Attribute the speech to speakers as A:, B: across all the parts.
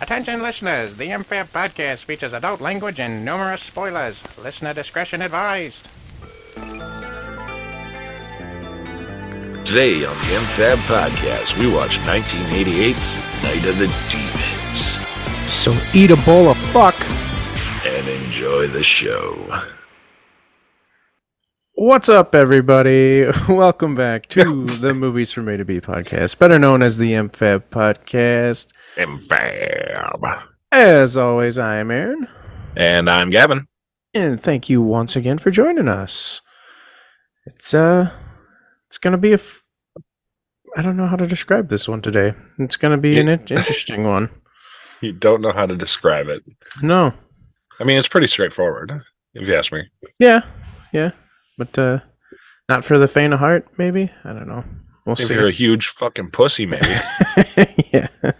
A: Attention listeners, the Unfair Podcast features adult language and numerous spoilers. Listener discretion advised.
B: Today on the MFAB podcast, we watch 1988's Night of the Demons
C: So eat a bowl of fuck.
B: and enjoy the show.
C: What's up, everybody? Welcome back to the Movies from A to B podcast, better known as the MFAB podcast.
B: MFAB.
C: As always, I am Aaron,
B: And I'm Gavin.
C: and thank you once again for joining us. It's uh, it's gonna be a, f- I don't know how to describe this one today. It's gonna be an in- interesting one.
B: You don't know how to describe it.
C: No,
B: I mean, it's pretty straightforward, if you ask me.
C: yeah, yeah, but uh, not for the faint of heart, maybe. I don't know. We'll
B: If
C: see.
B: you're a huge fucking pussy, maybe.
C: yeah.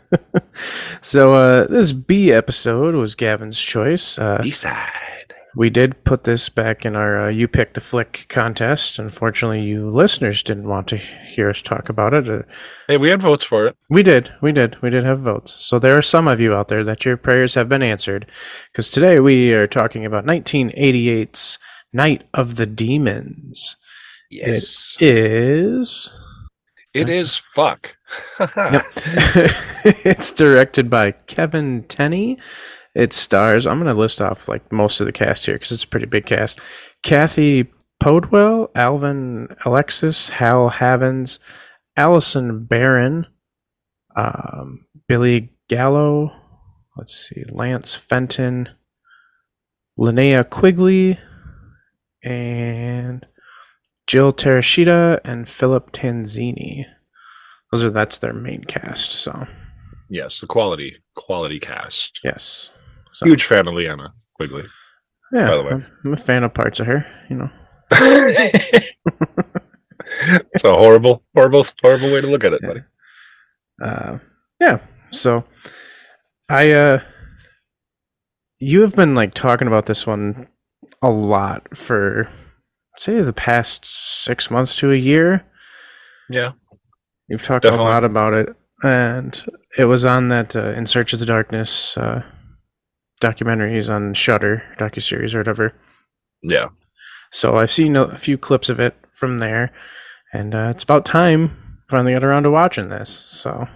C: so uh, this B episode was Gavin's choice. Uh,
B: B-side.
C: we did put this back in our uh, "You Picked a Flick" contest. Unfortunately, you listeners didn't want to hear us talk about it. Uh,
B: Hey, we had votes for it.
C: we did, we did, we did have votes. So there are some of you out there that your prayers have been answered, because today we are talking about 1988's "Night of the Demons."
B: Yes.
C: Is
B: it is fuck.
C: Yep. it's directed by Kevin Tenney. It stars. I'm going to list off like most of the cast here because it's a pretty big cast. Kathy Podwell, Alvin Alexis, Hal Havens, Allison Barron, um, Billy Gallo. Let's see, Lance Fenton, Linnea Quigley, and Jill Tereshita and Philip Tanzini those are that's their main cast so
B: Yes, the quality, quality cast.
C: yes so,
B: Huge fan of Leanna Quigley.
C: yeah
B: by the way.
C: I'm, I'm a fan of parts of her you know
B: it's a horrible, horrible, horrible way to look at it, buddy.
C: uh, yeah so i uh you have been like talking about this one a lot for say the past six months to a year
B: Yeah.
C: you've talked
B: Definitely.
C: a lot about it and it was on that uh, in search of the darkness uh documentaries on shutter docuseries or whatever
B: Yeah.
C: So I've seen a, a few clips of it from there, and uh, it's about time finally got around to watching this. So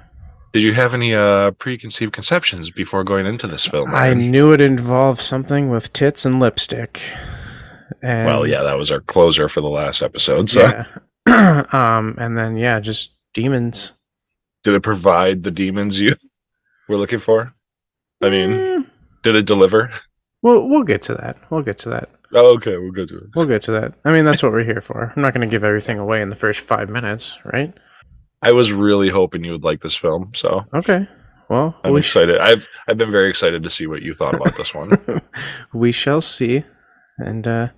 B: Did you have any uh, preconceived conceptions before going into this film?
C: I
B: Aaron?
C: knew it involved something with tits and lipstick. And
B: Well, yeah, that was our closer for the last episode. So,
C: yeah. um, and then yeah, just demons.
B: did it provide the demons you were looking for? I mean,
C: Mm,
B: did it deliver?
C: we'll we'll get to that. We'll get to that.
B: Oh, okay, we'll go to it.
C: We'll get to that. I mean, that's what we're here for. I'm not going to give everything away in the first five minutes, right?
B: I was really hoping you would like this film, so
C: Okay. Well,
B: I'm
C: we sh-
B: excited. I've I've been very excited to see what you thought about this one.
C: we shall see. And uh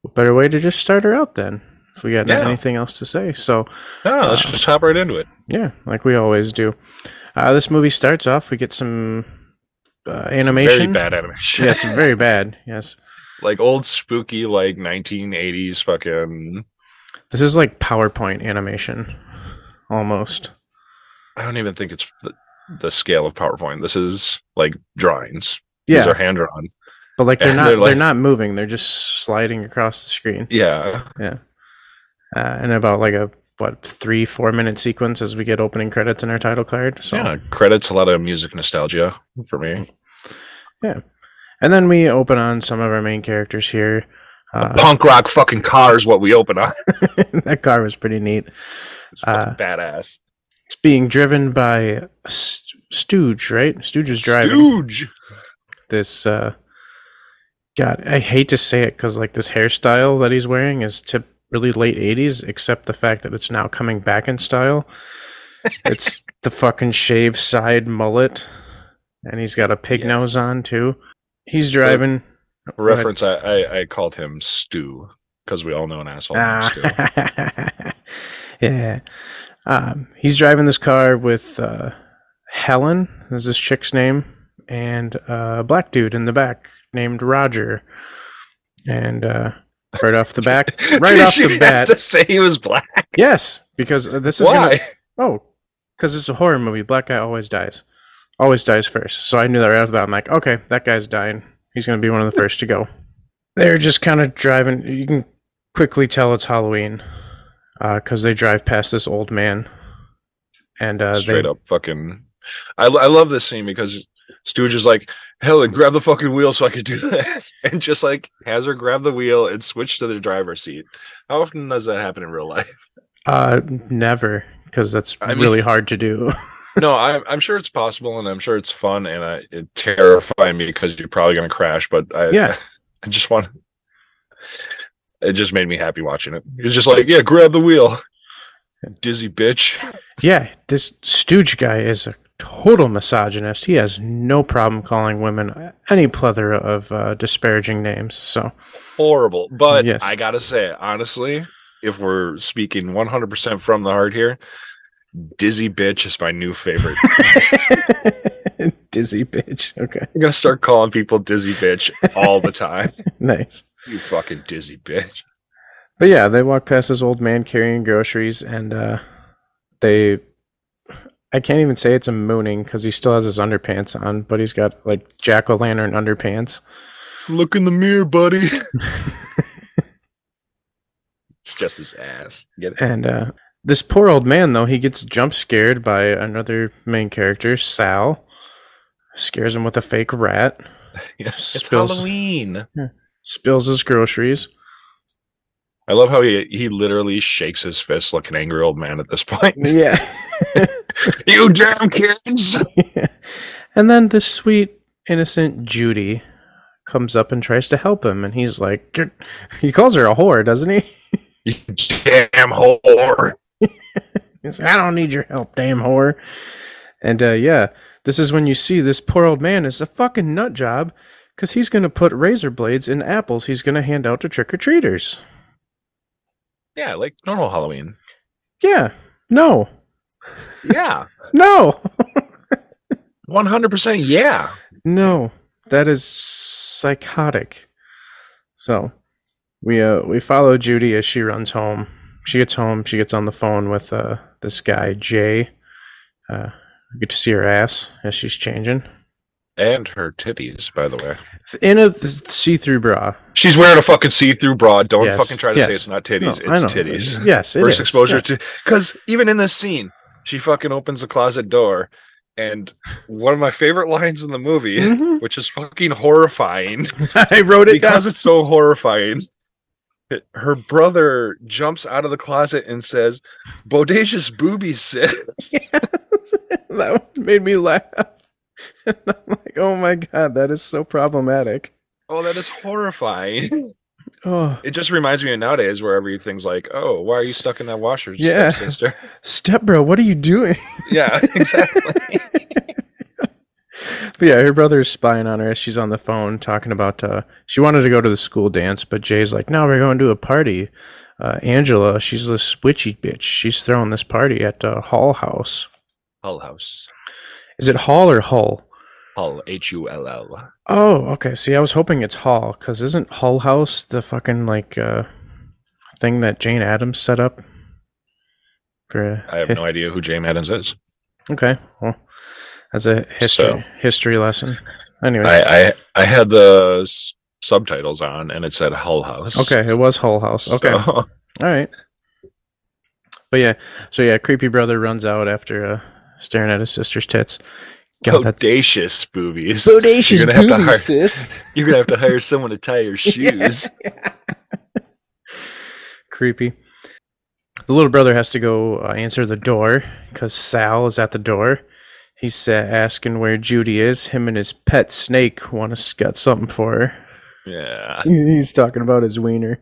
C: what better way to just start her out then. If we got
B: Yeah.
C: anything else to say. So
B: No, Ah,
C: Uh,
B: let's just hop right into it.
C: yeah, like we always do. Uh this movie starts off, we get some uh,
B: Very
C: animation.
B: bad animation.
C: yes, very bad. Yes.
B: like old spooky like 1980s fucking
C: This is like PowerPoint animation. Almost.
B: i don't even think it's the, the scale of powerpoint this is like drawings these
C: Yeah.
B: are hand drawn
C: But like they're
B: And
C: not
B: they're
C: they're,
B: like-
C: not moving, they're just sliding across the screen.
B: yeah
C: Uh, and about like a what, three, four minute sequence as we get opening credits in our title card. So
B: yeah credits a lot of music nostalgia for me
C: And then we open on some of our main characters here. Uh,
B: punk rock fucking car is what we open on
C: that car was pretty neat.
B: it's fucking
C: Uh,
B: badass
C: It's being driven by S- Stooge, right? Stooge is driving
B: huge
C: this. Uh, God, I hate to say it because like this hairstyle that he's wearing is tip really late '80s, except the fact that it's now coming back in style. It's the fucking shaved side mullet, and he's got a pig
B: Yes.
C: nose on too. He's driving.
B: reference I, I i called him stu because we all know an asshole named stu
C: Ah. yeah. Um, he's driving this car with uh, Helen, is this chick's name, and uh, a black dude in the back named Roger. And uh, right off the back, right off
B: you
C: the
B: have
C: bat.
B: to say he was black.
C: Yes, because uh, this is
B: Why?
C: gonna. Oh, because it's a horror movie. Black guy always dies, always dies first. So I knew that right off the bat. I'm like, okay, that guy's dying. He's gonna be one of the first to go. They're just kind of driving. You can quickly tell it's Halloween because they drive past this old man, and uh,
B: Straight
C: they,
B: up, fucking. I lo- I love this scene because Stooge is like, Helen, grab the fucking wheel so I could do this, and just like has her grab the wheel and switch to the driver's seat. How often does that happen in real life?
C: Uh, never, because that's
B: I mean-
C: really hard to do.
B: no, I'm I'm sure it's possible, and I'm sure it's fun, and I, it terrified me because you're probably gonna crash. But I,
C: Yeah.
B: I just want. It just made me happy watching it. It's just like, yeah, grab the wheel, dizzy bitch.
C: Yeah, this Stooge guy is a total misogynist. He has no problem calling women any plethora of uh, disparaging names. So,
B: horrible. But
C: Yes.
B: I gotta say, honestly, if we're speaking 100 percent from the heart here, dizzy bitch is my new favorite.
C: dizzy bitch. Okay,
B: I'm gonna start calling people dizzy bitch all the time.
C: nice.
B: you fucking dizzy bitch.
C: But yeah, they walk past this old man carrying groceries, and uh, they. I can't even say it's a mooning because he still has his underpants on, but he's got like jack o' lantern underpants.
B: Look in the mirror, buddy. it's just his ass. Get it?
C: And uh, this poor old man, though, he gets jump scared by another main character, Sal. Scares him with a fake rat.
B: It's
C: Spills-
B: Halloween.
C: Spills his groceries.
B: I love how he he literally shakes his fist like an angry old man at this point.
C: Yeah.
B: you damn kids!
C: and then this sweet, innocent Judy comes up and tries to help him. And he's like, "Get-" he calls her a whore, doesn't he?
B: You damn whore!
C: He's like, I don't need your help, damn whore. And uh, yeah, this is when you see this poor old man is a fucking nut job because he's going to put razor blades in apples he's going to hand out to trick or treaters.
B: Yeah, like normal Halloween.
C: Yeah. No.
B: Yeah,
C: No.
B: one hundred percent. Yeah,
C: No. That is psychotic. So we uh we follow Judy as she runs home. She gets home, she gets on the phone with uh this guy, Jay. Uh we get to see her ass as she's changing.
B: and her titties, by the way.
C: In a th- see-through bra.
B: She's wearing a fucking see-through bra. Don't
C: Yes,
B: fucking try to say
C: yes.
B: it's not
C: No,
B: titties.
C: Oh, I know.
B: it's titties.
C: Yes, it
B: First
C: is.
B: exposure
C: Yes.
B: to because even in this scene, she fucking opens the closet door, and one of my favorite lines in the movie,
C: Mhm.
B: which is fucking horrifying
C: I wrote it down.
B: because it's so horrifying. it- Her brother jumps out of the closet and says, "Bodacious boobies, sis."
C: that one made me laugh. And I'm like, "Oh my god, that is so problematic."
B: Oh, that is horrifying.
C: Oh.
B: It just reminds me of nowadays where everything's like, oh, why are you stuck in that washer,
C: Yeah.
B: sister?
C: Stepbro, what are you doing?
B: Yeah, exactly.
C: But yeah, her brother is spying on her as she's on the phone talking about uh, she wanted to go to the school dance, but Jay's like, no, we're going to a party. Uh, Angela, she's this witchy bitch. She's throwing this party at uh, Hall House.
B: Hull House.
C: Is it Hall or Hull?
B: Hull, H U L L.
C: Oh, okay. See, I was hoping it's Hall because isn't Hull House the fucking like uh, thing that Jane Addams set up? For
B: I have no idea who James Adams is.
C: okay. Well, that's a history history lesson. Anyway,
B: I, I, I had the s- subtitles on and it said Hull House.
C: okay, it was Hull House. Okay.
B: So,
C: All right. But yeah, so yeah, creepy brother runs out after uh, staring at his sister's tits. God, that
B: bodacious boobies.
C: bodacious
B: Oh. You're gonna have to hire-
C: sis.
B: You're gonna have to hire someone to tie your shoes.
C: Creepy. The little brother has to go uh, answer the door because Sal is at the door. He's uh, asking where Judy is. Him and his pet snake want to got something for her.
B: Yeah,
C: He's talking about his wiener.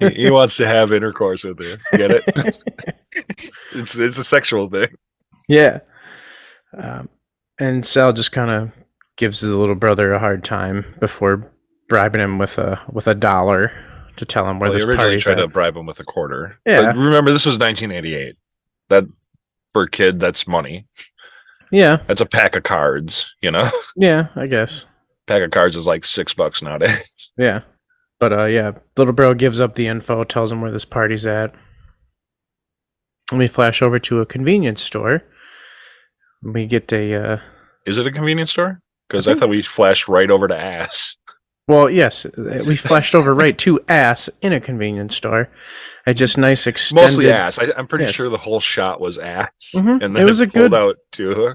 B: he, he wants to have intercourse with her. Get it? it's it's a sexual thing.
C: Yeah. Um, and Sal just kind of gives the little brother a hard time before bribing him with a with a dollar to tell him where
B: Well,
C: this
B: they originally
C: party's
B: tried
C: at.
B: to bribe him with a quarter.
C: Yeah.
B: But remember, this was 1988. That for a kid, that's money.
C: Yeah,
B: That's a pack of cards. You know,
C: yeah, I guess.
B: pack of cards is like six bucks nowadays.
C: Yeah. But uh, yeah, Little Bro gives up the info, tells him where this party's at. And we flash over to a convenience store. We get a uh,
B: Is it a convenience store? Because
C: I
B: I
C: think-
B: thought we flashed right over to ass.
C: well, yes, we flashed over right to ass in a convenience store. I just nice extended.
B: Mostly ass. I, I'm pretty
C: Yes.
B: sure the whole shot was ass,
C: Mhm.
B: and
C: It
B: then it
C: was a
B: pulled
C: good-
B: out to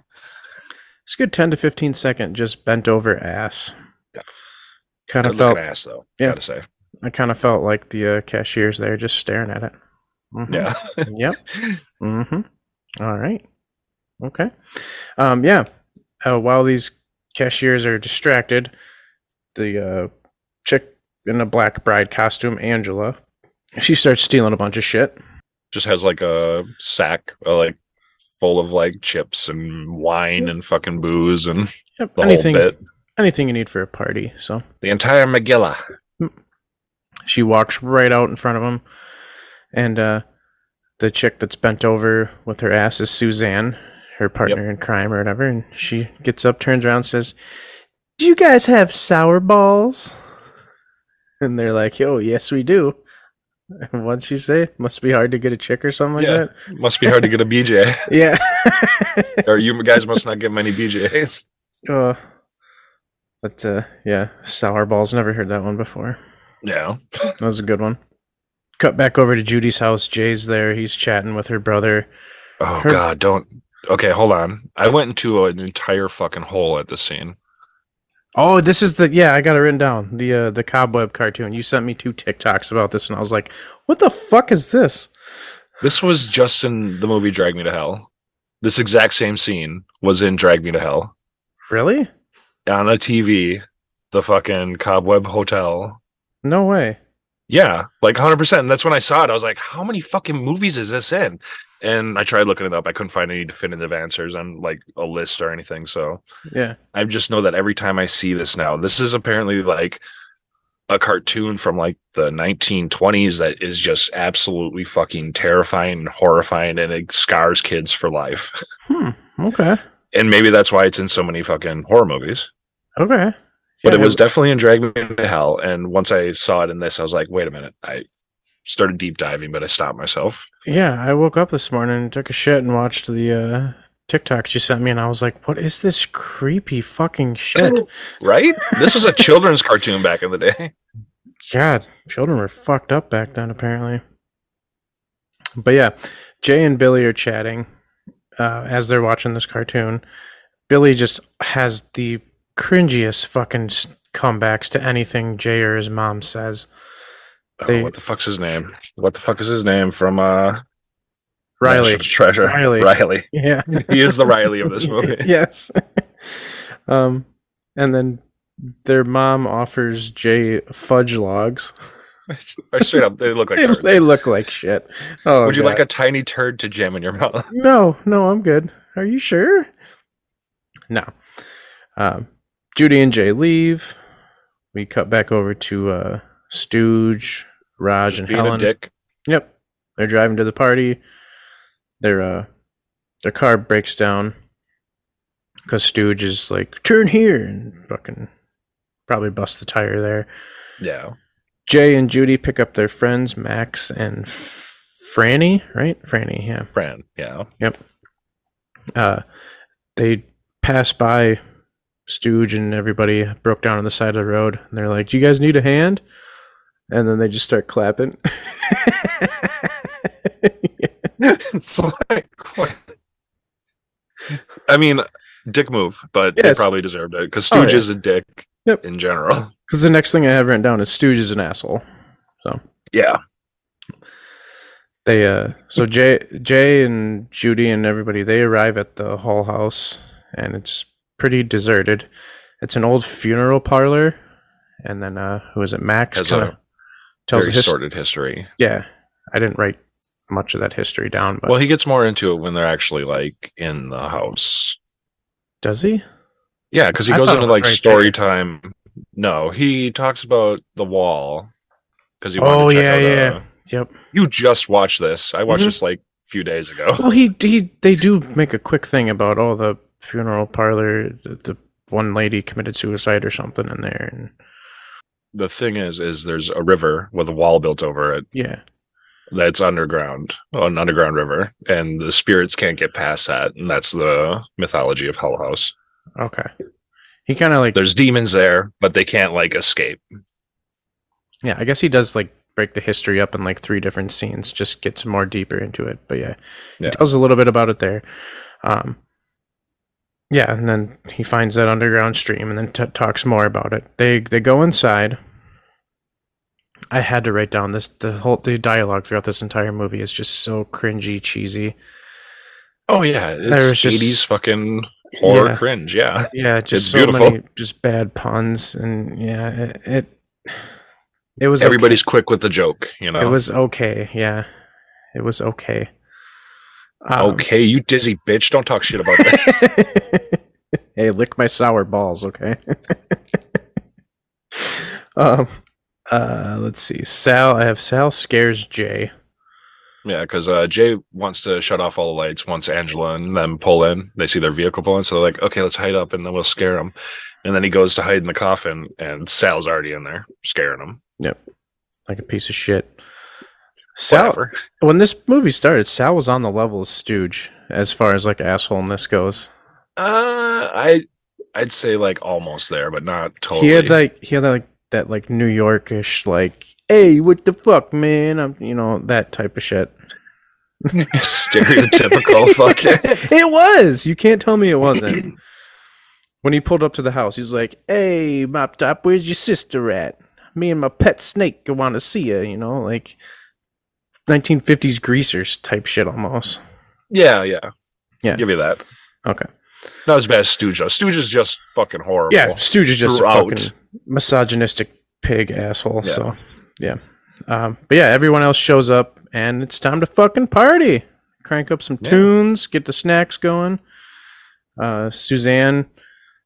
C: It's a good ten to fifteen second, just bent over ass. Kind
B: good
C: of felt.
B: looking ass though.
C: Yeah.
B: Gotta say,
C: I kind of felt like the uh, cashiers there, just staring at it. Mhm.
B: yeah.
C: yep. Mm-hmm. All right. Okay. Um, yeah. Uh, while these cashiers are distracted, the uh, chick in a black bride costume, Angela, she starts stealing a bunch of shit.
B: Just has like a sack, uh, like full of like chips and wine and fucking booze and
C: Yep.
B: the
C: Anything,
B: whole bit.
C: anything you need for a party. So
B: The entire Megillah.
C: she walks right out in front of him, and uh, the chick that's bent over with her ass is Suzanne, her partner in crime or whatever. And she gets up, turns around, says, "Do you guys have sour balls?" And they're like, "Yo, yes, we do." And what'd she say? Must be hard to get a chick or something like
B: Yeah.
C: that.
B: Must be hard to get a BJ,
C: Yeah.
B: or you guys must not get many BJs.
C: uh, but uh, yeah, sour balls. Never heard that one before.
B: Yeah.
C: That was a good one. Cut back over to Judy's house. Jay's there. He's chatting with her brother.
B: Oh
C: Her-
B: god, don't. Okay, hold on. I went into an entire fucking hole at this scene.
C: Oh, this is the yeah. I got it written down. The uh, the cobweb cartoon. You sent me two TikToks about this, and I was like, "What the fuck is this?"
B: This was just in the movie Drag Me to Hell. This exact same scene was in Drag Me to Hell
C: Really?
B: on a TV, the fucking Cobweb Hotel.
C: No way.
B: Yeah, like 100%. And that's when I saw it. I was like, how many fucking movies is this in? And I tried looking it up. I couldn't find any definitive answers on like a list or anything. So
C: Yeah.
B: I just know that every time I see this now, this is apparently like a cartoon from like the 1920s that is just absolutely fucking terrifying and horrifying and it scars kids for life.
C: Hmm. Okay.
B: and maybe that's why it's in so many fucking horror movies.
C: Okay.
B: But
C: Yeah,
B: it was definitely in Drag Me to Hell. And once I saw it in this, I was like, wait a minute. I started deep diving, but I stopped myself.
C: Yeah, I woke up this morning and took a shit and watched the uh, TikToks you sent me, and I was like, "What is this creepy fucking shit?"
B: Right? this was a children's cartoon back in the day.
C: God, children were fucked up back then, apparently. But yeah, Jay and Billy are chatting uh, as they're watching this cartoon. Billy just has the cringiest fucking s- comebacks to anything Jay or his mom says.
B: Oh,
C: They-
B: what the fuck's his name? What the fuck is his name from uh
C: Riley.
B: National Treasure?
C: Riley.
B: Riley.
C: Yeah.
B: He is the Riley of this movie.
C: yes. um, and then their mom offers Jay fudge logs.
B: Or straight up, they look like
C: They,
B: turds.
C: they look like shit. Oh,
B: Would you
C: God.
B: like a tiny turd to jam in your mouth?
C: No, no, I'm good. Are you sure? No. Um, Judy and Jay leave. We cut back over to uh, Stooge, Raj, and
B: Being a
C: Helen.
B: dick.
C: Yep, they're driving to the party. Their uh, their car breaks down because Stooge is like, "Turn here," and fucking probably bust the tire there.
B: Yeah.
C: Jay and Judy pick up their friends Max and F- Franny, right? Franny, yeah.
B: Fran. Yeah.
C: uh, they pass by Stooge and everybody broke down on the side of the road, and they're like, "Do you guys need a hand?" And then they just start clapping.
B: it's like, what? I mean, dick move, but they
C: Yes.
B: probably deserved it because
C: Oh,
B: Stooge
C: yeah.
B: is a dick
C: Yep.
B: in general.
C: Because the next thing I have written down is Stooge is an asshole.
B: Yeah,
C: They uh, so Jay, Jay and Judy and everybody they arrive at the Hall House, and it's pretty deserted. It's an old funeral parlor, and then uh, who is it? Max
B: Has a
C: kinda tells
B: very
C: the history.
B: sordid history.
C: Yeah, I didn't write much of that history down, but
B: Well, he gets more into it when they're actually like in the house.
C: does he?
B: Yeah, because he
C: I
B: goes
C: thought it
B: into
C: was
B: like
C: right
B: story time. No, he talks about the wall because he.
C: Oh,
B: wanted to
C: yeah,
B: check out,
C: yeah.
B: uh,
C: Yep.
B: you just watched this. I watched
C: Mhm.
B: this like a few days ago.
C: Well, he he they do make a quick thing about all the funeral parlor. The, the one lady committed suicide or something in there, and
B: the thing is, is there's a river with a wall built over it
C: Yeah.
B: that's underground, an underground river, and the spirits can't get past that, and that's the mythology of Hull House.
C: Okay. He kind of like
B: There's demons there, but they can't like escape.
C: yeah. I guess he does like break the history up in like three different scenes. Just gets more deeper into it. But yeah,
B: Yeah.
C: he tells a little bit about it there. Um. Yeah, and then he finds that underground stream, and then t- talks more about it. They they go inside. I had to write down this. The whole the dialogue throughout this entire movie is just so cringy, cheesy.
B: Oh yeah, it's
C: There was just-
B: 80s fucking horror
C: Yeah.
B: cringe. Yeah,
C: Yeah, just
B: It's
C: so
B: beautiful.
C: many just bad puns, and yeah, it it, it was okay.
B: everybody's quick with the joke. You know,
C: It was okay. Yeah, it was okay. Um,
B: okay, you dizzy bitch, don't talk shit about that.
C: hey, lick my sour balls, okay? um, uh, let's see. Sal, I have Sal scares Jay.
B: yeah, because uh, Jay wants to shut off all the lights once Angela and them pull in. They see their vehicle pull in, so they're like, "Okay, let's hide up, and then we'll scare him." And then he goes to hide in the coffin, and Sal's already in there scaring him.
C: Like a piece of shit. Sal,
B: Whatever.
C: when this movie started, Sal was on the level of Stooge as far as like assholeness goes.
B: Uh, I I'd say like almost there, but not totally.
C: He had like he had like that like New Yorkish like, hey, what the fuck, man? I'm you know that type of shit.
B: stereotypical fucking.
C: it was. You can't tell me it wasn't. when he pulled up to the house, he's like, "Hey, mop top, where's your sister at? Me and my pet snake want to see you." You know, like 1950s greasers type shit almost.
B: Yeah, yeah,
C: Yeah.
B: Give you that.
C: Okay.
B: Not as bad as Stooge. though. Stooge is just fucking horrible.
C: Yeah, Stooge is just
B: Throughout.
C: a fucking misogynistic pig asshole.
B: Yeah.
C: So, yeah. Um, but yeah, everyone else shows up, and it's time to fucking party. Crank up some
B: Yeah.
C: tunes, get the snacks going. Uh, Suzanne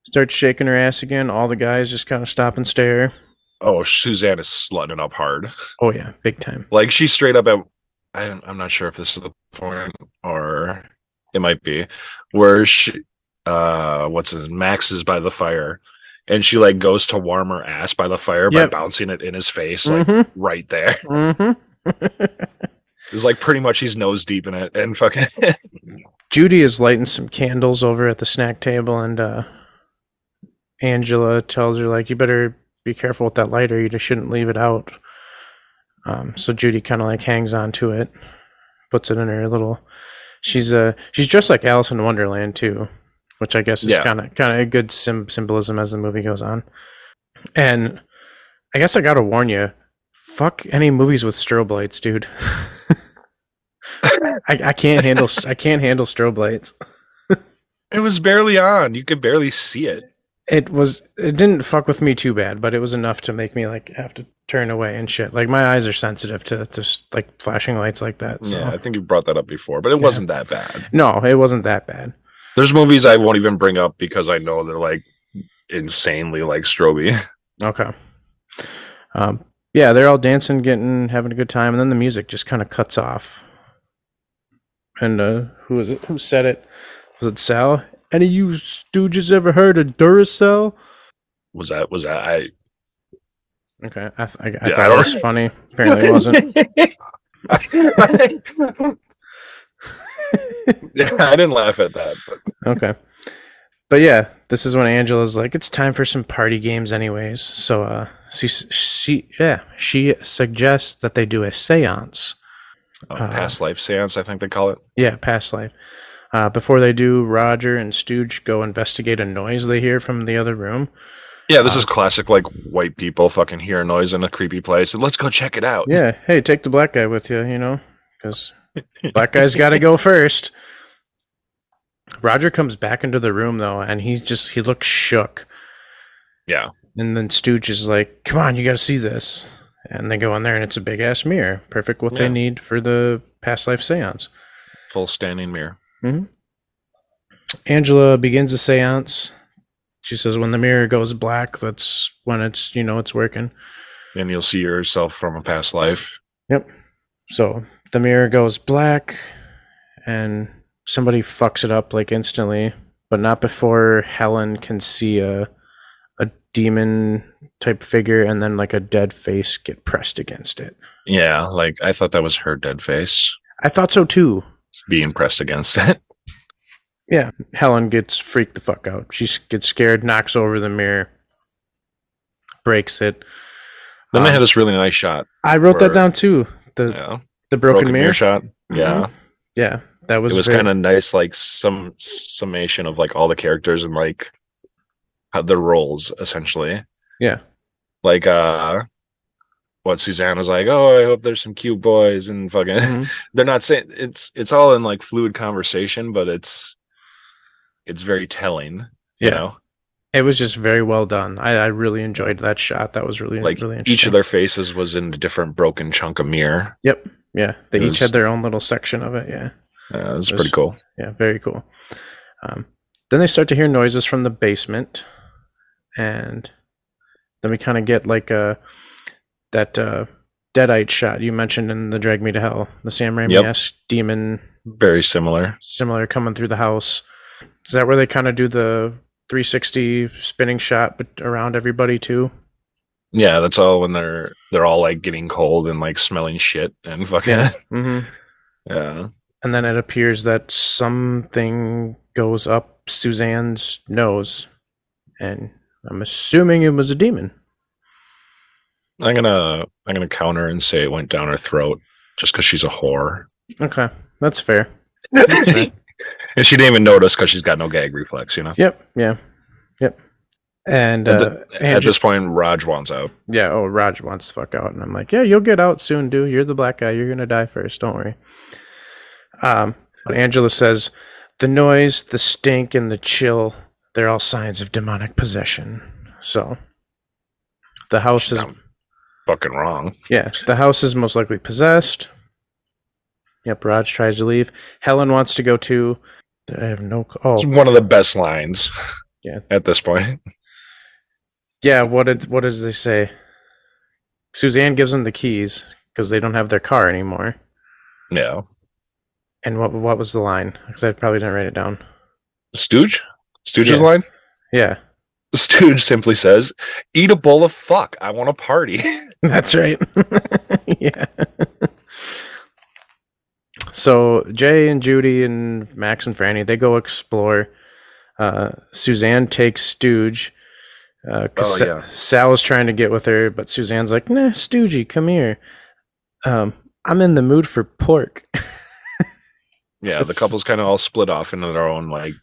C: starts shaking her ass again. All the guys just kind of stop and stare.
B: Oh, Suzanne is slutting up hard.
C: Oh yeah, big time.
B: Like she straight up at. I don't, I'm not sure if this is the point or it might be where she. Uh, what's his Max is by the fire, and she like goes to warm her ass by the fire
C: Yep.
B: by bouncing it in his face, like
C: Mm-hmm.
B: right there.
C: Mm-hmm.
B: It's like pretty much he's nose deep in it, and fucking
C: Judy is lighting some candles over at the snack table, and uh, Angela tells her like, "You better be careful with that lighter. You just shouldn't leave it out." Um, so Judy kind of like hangs on to it, puts it in her little. She's uh she's dressed like Alice in Wonderland too, which I guess is
B: Yeah.
C: kind of kind of a good sim- symbolism as the movie goes on. And I guess I gotta warn you, fuck any movies with strobe lights, dude. I, I can't handle I can't handle strobe lights.
B: It was barely on. You could barely see it.
C: It was it didn't fuck with me too bad, but it was enough to make me like have to turn away and shit. Like my eyes are sensitive to just like flashing lights like that. So
B: Yeah, I think you brought that up before, but it
C: Yeah.
B: wasn't that bad.
C: no, it wasn't that bad.
B: There's movies I won't even bring up because I know they're like insanely like stroby.
C: Okay. Um, yeah, they're all dancing, getting having a good time, and then the music just kind of cuts off. And uh, who is it? Who said it? Was it Sal? Any of you stooges ever heard of Duracell?
B: Was that was that I
C: Okay, I, th- I, I
B: Yeah,
C: thought
B: I
C: it
B: don't-
C: was funny. Apparently, it wasn't.
B: Yeah, I didn't laugh at that, but
C: Okay. But yeah, this is when Angela's like, it's time for some party games, anyways. So uh, she she yeah she suggests that they do a séance.
B: uh,
C: Uh,
B: past life seance, I think they call it.
C: Yeah, past life. Uh, before they do, Roger and Stooge go investigate a noise they hear from the other room.
B: Yeah, this is classic like white people fucking hear a noise in a creepy place and let's go check it out.
C: Yeah, hey, take the black guy with you, you know, because black guy's got to go first. Roger comes back into the room though, and he's just he looks shook.
B: Yeah.
C: And then Stooge is like, "Come on, you got to see this." And they go in there, and it's a big ass mirror, perfect what
B: Yeah.
C: they need for the past life seance.
B: Full standing mirror.
C: Angela begins the seance. She says, "When the mirror goes black, that's when it's you know it's working."
B: And you'll see yourself from a past life.
C: So the mirror goes black, and somebody fucks it up like instantly, but not before Helen can see a a demon type figure and then like a dead face get pressed against it.
B: Yeah, like I thought that was her dead face
C: I thought so too.
B: being pressed against it.
C: Yeah, Helen gets freaked the fuck out. She s- gets scared, knocks over the mirror, breaks it.
B: Then they
C: Um,
B: had this really nice shot.
C: I wrote
B: Word.
C: that down too. The
B: Yeah,
C: the broken, mirror.
B: shot.
C: Mhm.
B: Yeah,
C: Yeah, that was,
B: it was
C: very-
B: kind of nice, like some summation of like all the characters and like how their roles essentially.
C: yeah.
B: Like, uh, what Suzanne was like, oh, I hope there's some cute boys and fucking.
C: Mhm.
B: They're not saying it's it's all in like fluid conversation, but it's it's very telling. You
C: Yeah.
B: know,
C: It was just very well done. I, I really enjoyed that shot. That was really
B: like
C: really interesting.
B: each of their faces was in a different broken chunk of mirror.
C: Yep. Yeah, they
B: It
C: each
B: was-
C: had their own little section of it. Yeah.
B: Uh, it was
C: It was-
B: pretty cool.
C: Yeah, very cool. Um, then they start to hear noises from the basement, and then we kind of get like uh that uh, deadite shot you mentioned in the Drag Me to Hell, the Sam Raimi esque demon
B: Very similar.
C: similar coming through the house. Is that where they kind of do the 360 spinning shot but around everybody too?
B: Yeah, that's all when they're they're all like getting cold and like smelling shit and fucking yeah.
C: hmm And then it appears that something goes up Suzanne's nose, and I'm assuming it was a demon.
B: I'm gonna I'm gonna counter and say it went down her throat just because she's a whore.
C: Okay, that's fair. That's fair.
B: and she didn't even notice because she's got no gag reflex, you know.
C: yep, yeah, yep. And
B: At
C: uh,
B: the- At
C: Andrew,
B: this point, Raj wants out.
C: yeah, oh, Raj wants to fuck out, and I'm like, yeah, you'll get out soon, dude. You're the black guy. You're gonna die first. Don't worry. Um, but Angela says, the noise, the stink, and the chill—they're all signs of demonic possession. So, the house is
B: Sound- Fucking wrong.
C: Yeah, the house is most likely possessed. Yep, Raj tries to leave. Helen wants to go too. I have no.
B: It's
C: Oh,
B: one of the best lines.
C: Yeah.
B: At this point,
C: yeah. What did what does they say? Suzanne gives them the keys because they don't have their car anymore.
B: yeah.
C: And what what was the line? Because I probably didn't write it down.
B: Stooge, Stooge's
C: Yeah.
B: line.
C: Yeah,
B: Stooge simply says, "Eat a bowl of fuck. I want a party."
C: that's right. yeah. So Jay and Judy and Max and Franny they go explore. Uh, Suzanne takes Stooge. Uh, 'cause
B: Oh, yeah.
C: Sa- Sal is trying to get with her, but Suzanne's like, "Nah, Stoogey, come here. Um, I'm in the mood for pork."
B: Yeah, the
C: It's-
B: couple's kind of all split off into their own like,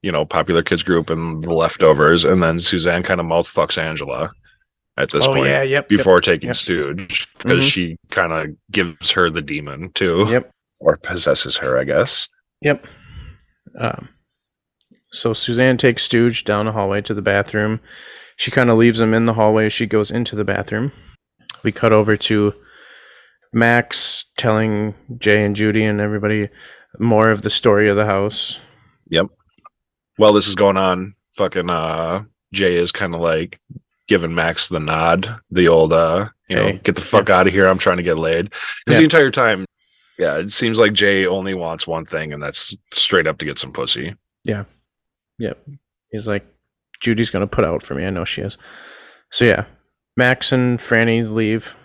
B: you know, popular kids group and the leftovers, and then Suzanne kind of mouth fucks Angela at this
C: Oh,
B: point
C: yep.
B: before taking
C: yep.
B: Stooge because
C: Mhm.
B: she kind of gives her the demon too,
C: Yep.
B: or possesses her, I guess.
C: Yep. Um, so Suzanne takes Stooge down the hallway to the bathroom. She kind of leaves him in the hallway. She goes into the bathroom. We cut over to Max telling Jay and Judy and everybody more of the story of the house.
B: While this is going on, fucking uh, Jay is kind of like giving Max the nod, the old uh, you know,
C: Hey.
B: get the fuck out of here. I'm trying to get laid. Because
C: Yeah.
B: the entire time, yeah, it seems like Jay only wants one thing, and that's straight up to get some pussy.
C: He's like, Judy's going to put out for me. I know she is. So yeah, Max and Franny leave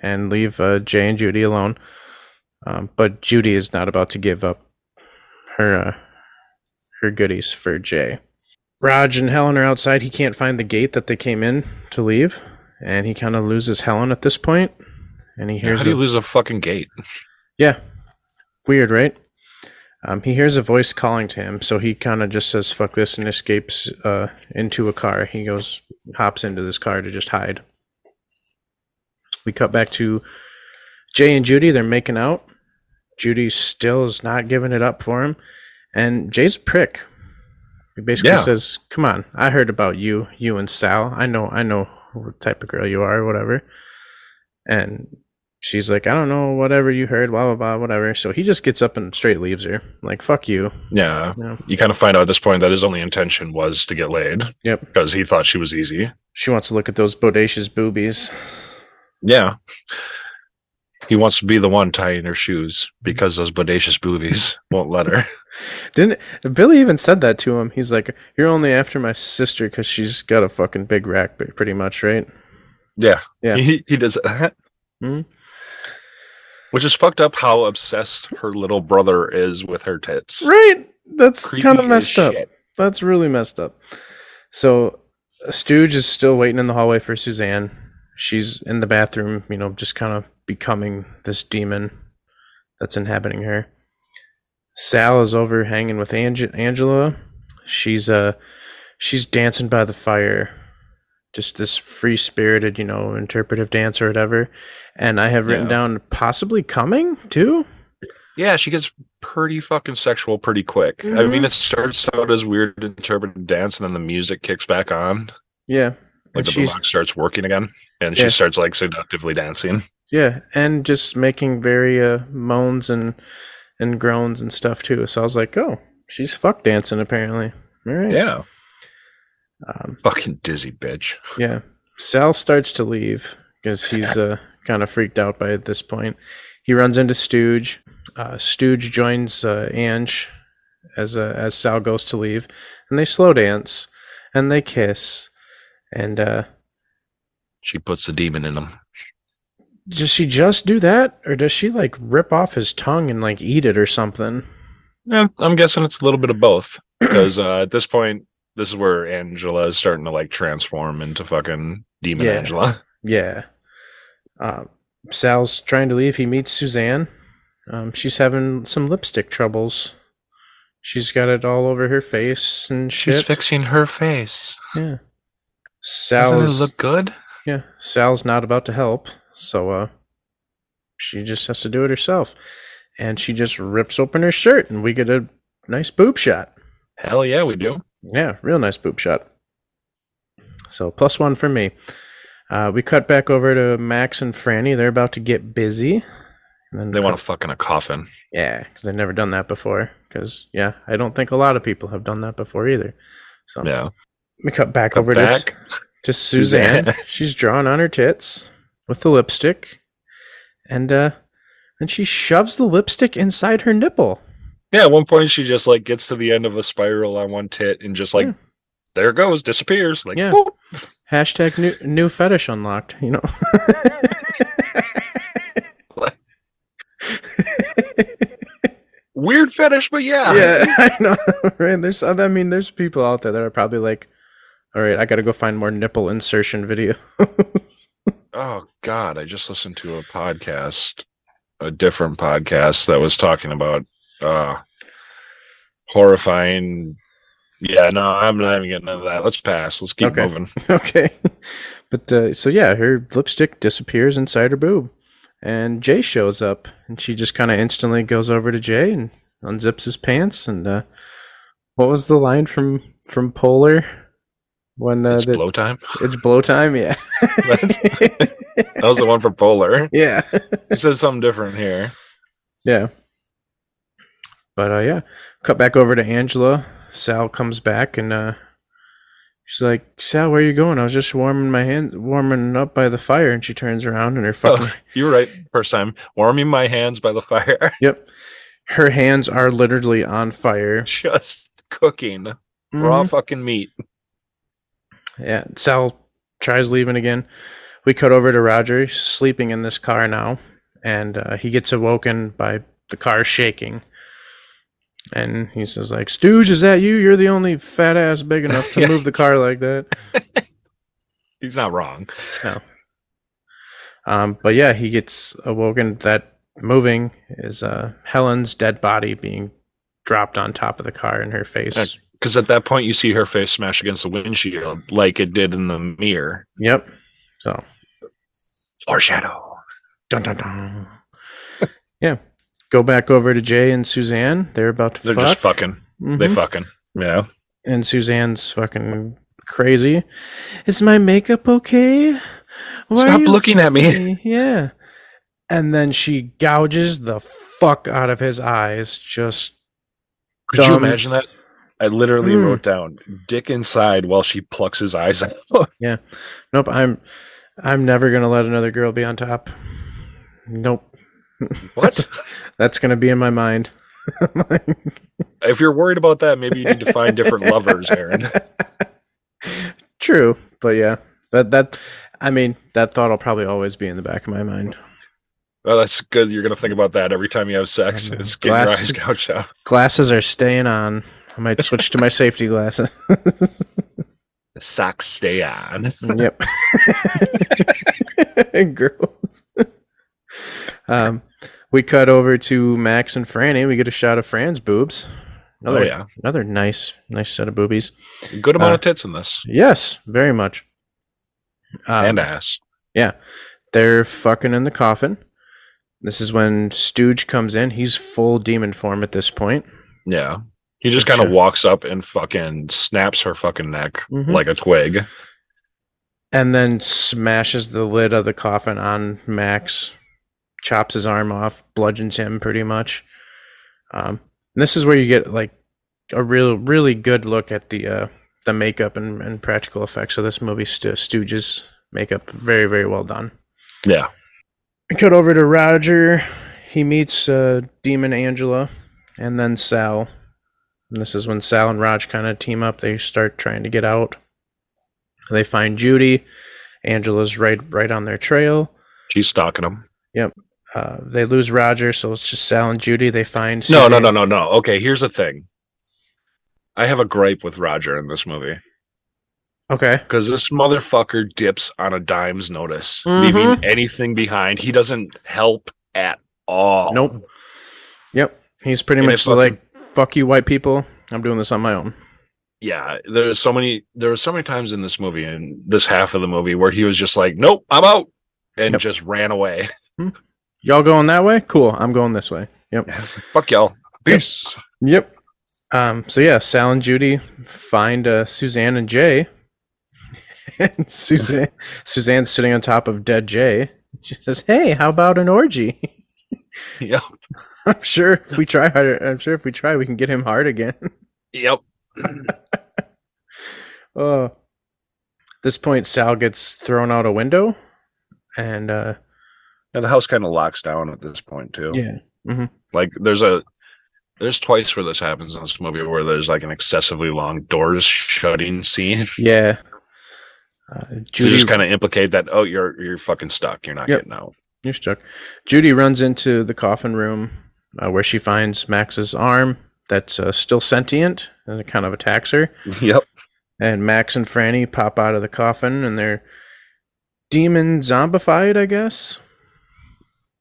C: and leave uh, Jay and Judy alone. Um, but Judy is not about to give up her uh, her goodies for Jay. Raj and Helen are outside. He can't find the gate that they came in to leave, and he kind of loses Helen at this point. And he hears
B: How do you
C: a-
B: lose a fucking gate?
C: yeah. Weird, right? Um, he hears a voice calling to him, so he kind of just says "fuck this" and escapes uh, into a car. He goes, hops into this car to just hide. We cut back to Jay and Judy. They're making out. Judy still is not giving it up for him, and Jay's a prick. He basically
B: Yeah.
C: says, "Come on, I heard about you, you and Sal. I know, I know what type of girl you are, whatever." And she's like, I don't know, whatever you heard, blah blah blah, whatever. So he just gets up and straight leaves her. Like, fuck you.
B: Yeah.
C: Yeah.
B: You kind of find out at this point that his only intention was to get laid
C: Yep.
B: because he thought she was easy.
C: She wants to look at those bodacious boobies.
B: Yeah. He wants to be the one tying her shoes because those bodacious boobies won't let her.
C: Didn't Billy even said that to him? He's like, "You're only after my sister because she's got a fucking big rack, but pretty much, right?"
B: Yeah.
C: Yeah.
B: He, he does Hmm? that.
C: Mhm.
B: Which is fucked up how obsessed her little brother is with her tits.
C: Right. That's
B: Creepy
C: kind of
B: as
C: messed up.
B: shit.
C: That's really messed up. So Stooge is still waiting in the hallway for Suzanne. She's in the bathroom, you know, just kind of becoming this demon that's inhabiting her. Sal is over hanging with Ange- Angela. She's uh she's dancing by the fire. Just this free spirited, you know, interpretive dance or whatever. And I have written
B: Yeah.
C: down possibly coming too.
B: Yeah, she gets pretty fucking sexual pretty quick. I
C: Mhm.
B: mean, it starts out as weird interpretive dance, and then the music kicks back on.
C: Yeah.
B: Like
C: And
B: the
C: she's-
B: block starts working again, and
C: Yeah.
B: she starts like seductively dancing.
C: Yeah, and just making very uh, moans and and groans and stuff too. So I was like, oh, she's fuck dancing apparently. All right.
B: Yeah,
C: Um,
B: fucking dizzy bitch.
C: yeah. Sal starts to leave because he's uh, kind of freaked out by this point. He runs into Stooge. Uh, Stooge joins uh, Ange as uh, as Sal goes to leave, and they slow dance and they kiss, and uh,
B: She puts the demon in him.
C: does she just do that, or does she like rip off his tongue and like eat it or something?
B: Yeah, I'm guessing it's a little bit of both because uh, at this point, this is where Angela is starting to like transform into fucking demon
C: Yeah.
B: Angela.
C: Yeah. Uh, Sal's trying to leave. He meets Suzanne. Um, she's having some lipstick troubles. She's got it all over her face and shit.
B: She's fixing her face.
C: yeah. Sal
B: Doesn't it
C: is,
B: look good?
C: yeah. Sal's not about to help, so uh, she just has to do it herself. And she just rips open her shirt, and we get a nice boob shot.
B: Hell yeah, we do.
C: Yeah, real nice boob shot. So plus one for me. Uh, we cut back over to Max and Franny. They're about to get busy. And then
B: They want to fuck in a coffin.
C: yeah, because they've never done that before. Because yeah, I don't think a lot of people have done that before either. So
B: Yeah,
C: we cut back
B: Come
C: over to
B: back.
C: to Suzanne.
B: Suzanne.
C: She's drawing on her tits with the lipstick, and uh, and she shoves the lipstick inside her nipple.
B: Yeah, at one point she just like gets to the end of a spiral on one tit and just like
C: Yeah.
B: there it goes, disappears. Like
C: Yeah.
B: whoop.
C: Hashtag new new fetish unlocked. You know.
B: weird fetish, but yeah.
C: yeah, I know. Right? There's, I mean, there's people out there that are probably like, "All right, I got to go find more nipple insertion video."
B: Oh God, I just listened to a podcast, a different podcast that was talking about uh horrifying yeah, no, I'm not even getting into that. Let's pass. Let's keep
C: Okay.
B: moving.
C: okay, but uh, so yeah, her lipstick disappears inside her boob, and Jay shows up, and she just kind of instantly goes over to Jay and unzips his pants. And uh, what was the line from from Polar when uh,
B: it's
C: the-
B: blow time.
C: it's blow time? Yeah,
B: That was the one for Polar.
C: yeah.
B: He says something different here.
C: Yeah. But uh, yeah, cut back over to Angela. Sal comes back and uh, she's like, "Sal, where you going?" I was just warming my hand, warming up by the fire, and she turns around and her fucking
B: Oh, you were right first time. Warming my hands by the fire.
C: yep, her hands are literally on fire.
B: just cooking raw
C: Mm-hmm.
B: fucking meat.
C: Yeah, Sal tries leaving again. We cut over to Roger, he's sleeping in this car now, and uh, he gets awoken by the car shaking. And he says, "Like Stooge, is that you? You're the only fat ass big enough to
B: Yeah.
C: move the car like that."
B: He's not wrong.
C: Um, but yeah, he gets awoken. That moving is uh, Helen's dead body being dropped on top of the car in her face.
B: Heck. Because at that point, you see her face smash against the windshield like it did in the mirror.
C: Yep. So
B: Foreshadow.
C: dun dun dun. yeah. Go back over to Jay and Suzanne. They're about to
B: They're
C: fuck.
B: just fucking.
C: Mhm.
B: They fucking. Yeah.
C: and Suzanne's fucking crazy. Is my makeup okay? Why are
B: Stop
C: you
B: looking at me.
C: fucking- Yeah. And then she gouges the fuck out of his eyes. Just
B: Could you
C: Dumb.
B: imagine that? I literally
C: Mm.
B: wrote down dick inside while she plucks his eyes out.
C: Nope, I'm I'm never gonna let another girl be on top. Nope.
B: What?
C: That's going to be in my mind.
B: if you're worried about that, maybe you need to find different lovers, Aaron.
C: True, but yeah, that that I mean that thought will probably always be in the back of my mind.
B: Well, that's good. You're gonna think about that every time you have sex.
C: Mhm.
B: It's getting your
C: Glass-
B: eyes gouged out.
C: Glasses are staying on. I might switch to my safety glasses.
B: The socks stay on.
C: yep. Girls. um, we cut over to Max and Franny. We get a shot of Fran's boobs. Another,
B: Oh yeah,
C: another nice, nice set of boobies.
B: good amount
C: Uh,
B: of tits in this
C: Yes, very much. Um,
B: and ass.
C: they're fucking in the coffin. This is when Stooge comes in. He's full demon form at this point.
B: Yeah, he just kind of
C: Sure.
B: walks up and fucking snaps her fucking neck
C: Mhm.
B: like a twig.
C: and then smashes the lid of the coffin on Max, chops his arm off, bludgeons him pretty much. Um, and this is where you get like a real, really good look at the uh, the makeup and, and practical effects of this movie. Sto- Stooges makeup, very, very well done.
B: Yeah,
C: We cut over to Roger. He meets uh, Demon Angela, and then Sal. And this is when Sal and Raj kind of team up. They start trying to get out. They find Judy. Angela's right right on their trail.
B: she's stalking him.
C: Uh, they lose Roger, so it's just Sal and Judy. They find
B: No, no,
C: Suzanne-
B: no, no, no. Okay, here's the thing. I have a gripe with Roger in this movie
C: Okay,
B: because this motherfucker dips on a dime's notice,
C: Mhm.
B: leaving anything behind. He doesn't help at all.
C: nope. Yep, he's pretty
B: And
C: much
B: they fucking-
C: like fuck you, white people. I'm doing this on my own.
B: Yeah, there's so many. There were so many times in this movie and this half of the movie where he was just like, "Nope, I'm out," and
C: Yep.
B: just ran away.
C: Y'all going that way? Cool. I'm going this way. Yep.
B: Fuck y'all. Peace.
C: Yep. Um, so yeah, Sal and Judy find uh, Suzanne and Jay. and Suzanne, Suzanne's sitting on top of dead Jay. She says, "Hey, how about an orgy?
B: Yep.
C: I'm sure if we try harder, I'm sure if we try, we can get him hard again."
B: Yep.
C: Oh. At this point, Sal gets thrown out a window, and uh,
B: And the house kind of locks down at this point too.
C: yeah,
B: Like there's a there's twice where this happens in this movie where there's like an excessively long doors shutting scene
C: yeah. Uh,
B: to just kind of implicate that oh you're you're fucking stuck you're not
C: Yep.
B: getting out.
C: You're stuck. Judy runs into the coffin room uh, where she finds Max's arm that's uh, still sentient and it kind of attacks her.
B: Yep.
C: And Max and Franny pop out of the coffin and they're demon zombified, I guess.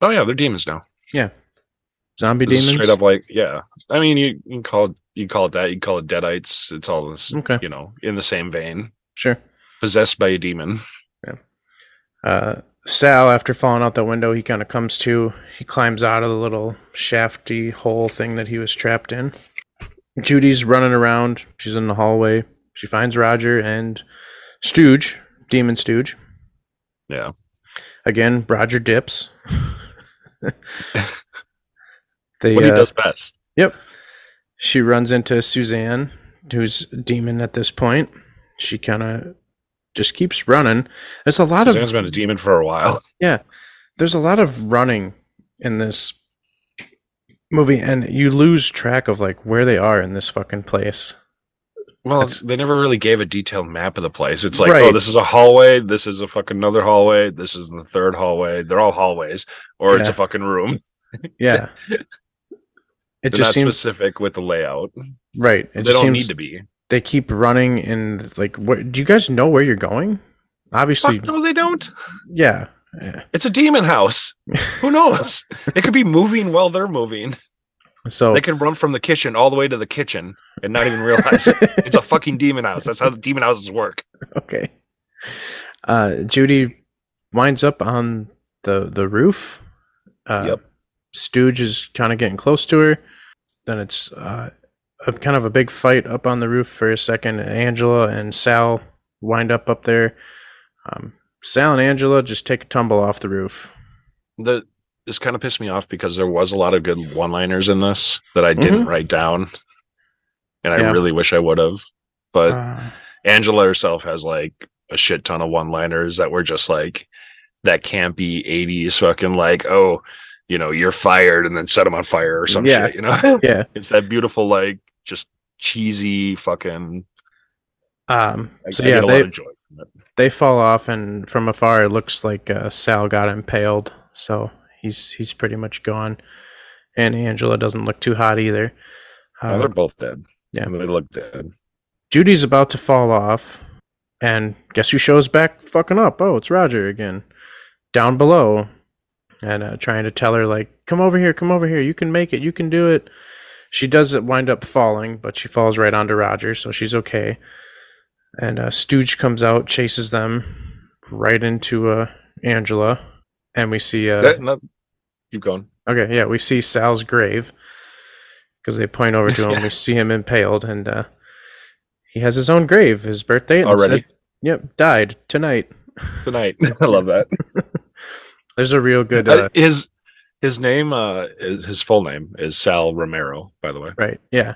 B: Oh yeah, they're demons now.
C: Zombie
B: This is
C: demons.
B: Straight up like yeah. I mean you, you can call it you call it that you can call it deadites. It's all this
C: Okay,
B: you know in the same vein.
C: sure.
B: Possessed by a demon.
C: Uh, Sal, after falling out that window, he kind of comes to. He climbs out of the little shafty hole thing that he was trapped in. Judy's running around. She's in the hallway. She finds Roger and Stooge, Demon Stooge.
B: Yeah.
C: Again, Roger dips. they,
B: What he
C: uh,
B: does best.
C: She runs into Suzanne, who's demon at this point. She kind of just keeps running. There's a lot
B: Suzanne's
C: of
B: been a demon for a while.
C: there's a lot of running in this movie, and you lose track of like where they are in this fucking place.
B: Well,
C: That's-
B: they never really gave a detailed map of the place. It's like, oh,
C: Right.
B: this is a hallway. This is a fucking another hallway. This is the third hallway. They're all hallways, or it's
C: Yeah.
B: a fucking room.
C: Yeah, it
B: They're
C: just
B: not
C: seems
B: specific with the layout.
C: right. It
B: They
C: just
B: don't
C: seems
B: need to be.
C: they keep running and like. Where, do you guys know where you're going? Obviously,
B: Fuck no, they don't.
C: yeah. yeah.
B: It's a demon house. Who knows? they could be moving while they're moving.
C: So
B: They could run from the kitchen all the way to the kitchen and not even realize it. It's a fucking demon house. That's how the demon houses work.
C: okay. Uh, Judy winds up on the the roof. Uh,
B: Yep.
C: Stooge is kind of getting close to her. Then it's uh, a, kind of a big fight up on the roof for a second. and Angela and Sal wind up up there. Um, Sal and Angela just take a tumble off the roof.
B: the this kind of pissed me off because there was a lot of good one liners in this that I didn't write down. And I
C: Mm-hmm. Yeah.
B: really wish I would have. But
C: Uh,
B: Angela herself has like a shit ton of one liners that were just like that campy 80s fucking like, oh, you know, you're fired and then set them on fire or some
C: Yeah.
B: shit, you know?
C: Yeah.
B: it's that beautiful, like, just cheesy fucking.
C: Um,
B: I,
C: so
B: I
C: yeah,
B: get a
C: they
B: lot of joy from it.
C: they fall off, and from afar it looks like uh, Sal got impaled. So he's he's pretty much gone, and Angela doesn't look too hot either.
B: No, they're
C: Uh,
B: both dead.
C: yeah.
B: They look dead.
C: Judy's about to fall off, and guess who shows back fucking up? Oh, it's Roger again, down below, and uh, trying to tell her like, "Come over here, come over here. You can make it. You can do it." She does it, wind up falling, but she falls right onto Roger, so she's okay. And uh, Stooge comes out, chases them right into uh, Angela, and we see uh,
B: That- no, keep going.
C: Okay, yeah, we see Sal's grave because they point over to him. We see him impaled, and uh, he has his own grave. His birthday and it
B: Already.
C: said- yep, died tonight.
B: Tonight. I love that.
C: There's a real good.
B: Uh,
C: Uh,
B: his his name, uh, is, his full name is Sal Romero, by the way.
C: right? Yeah,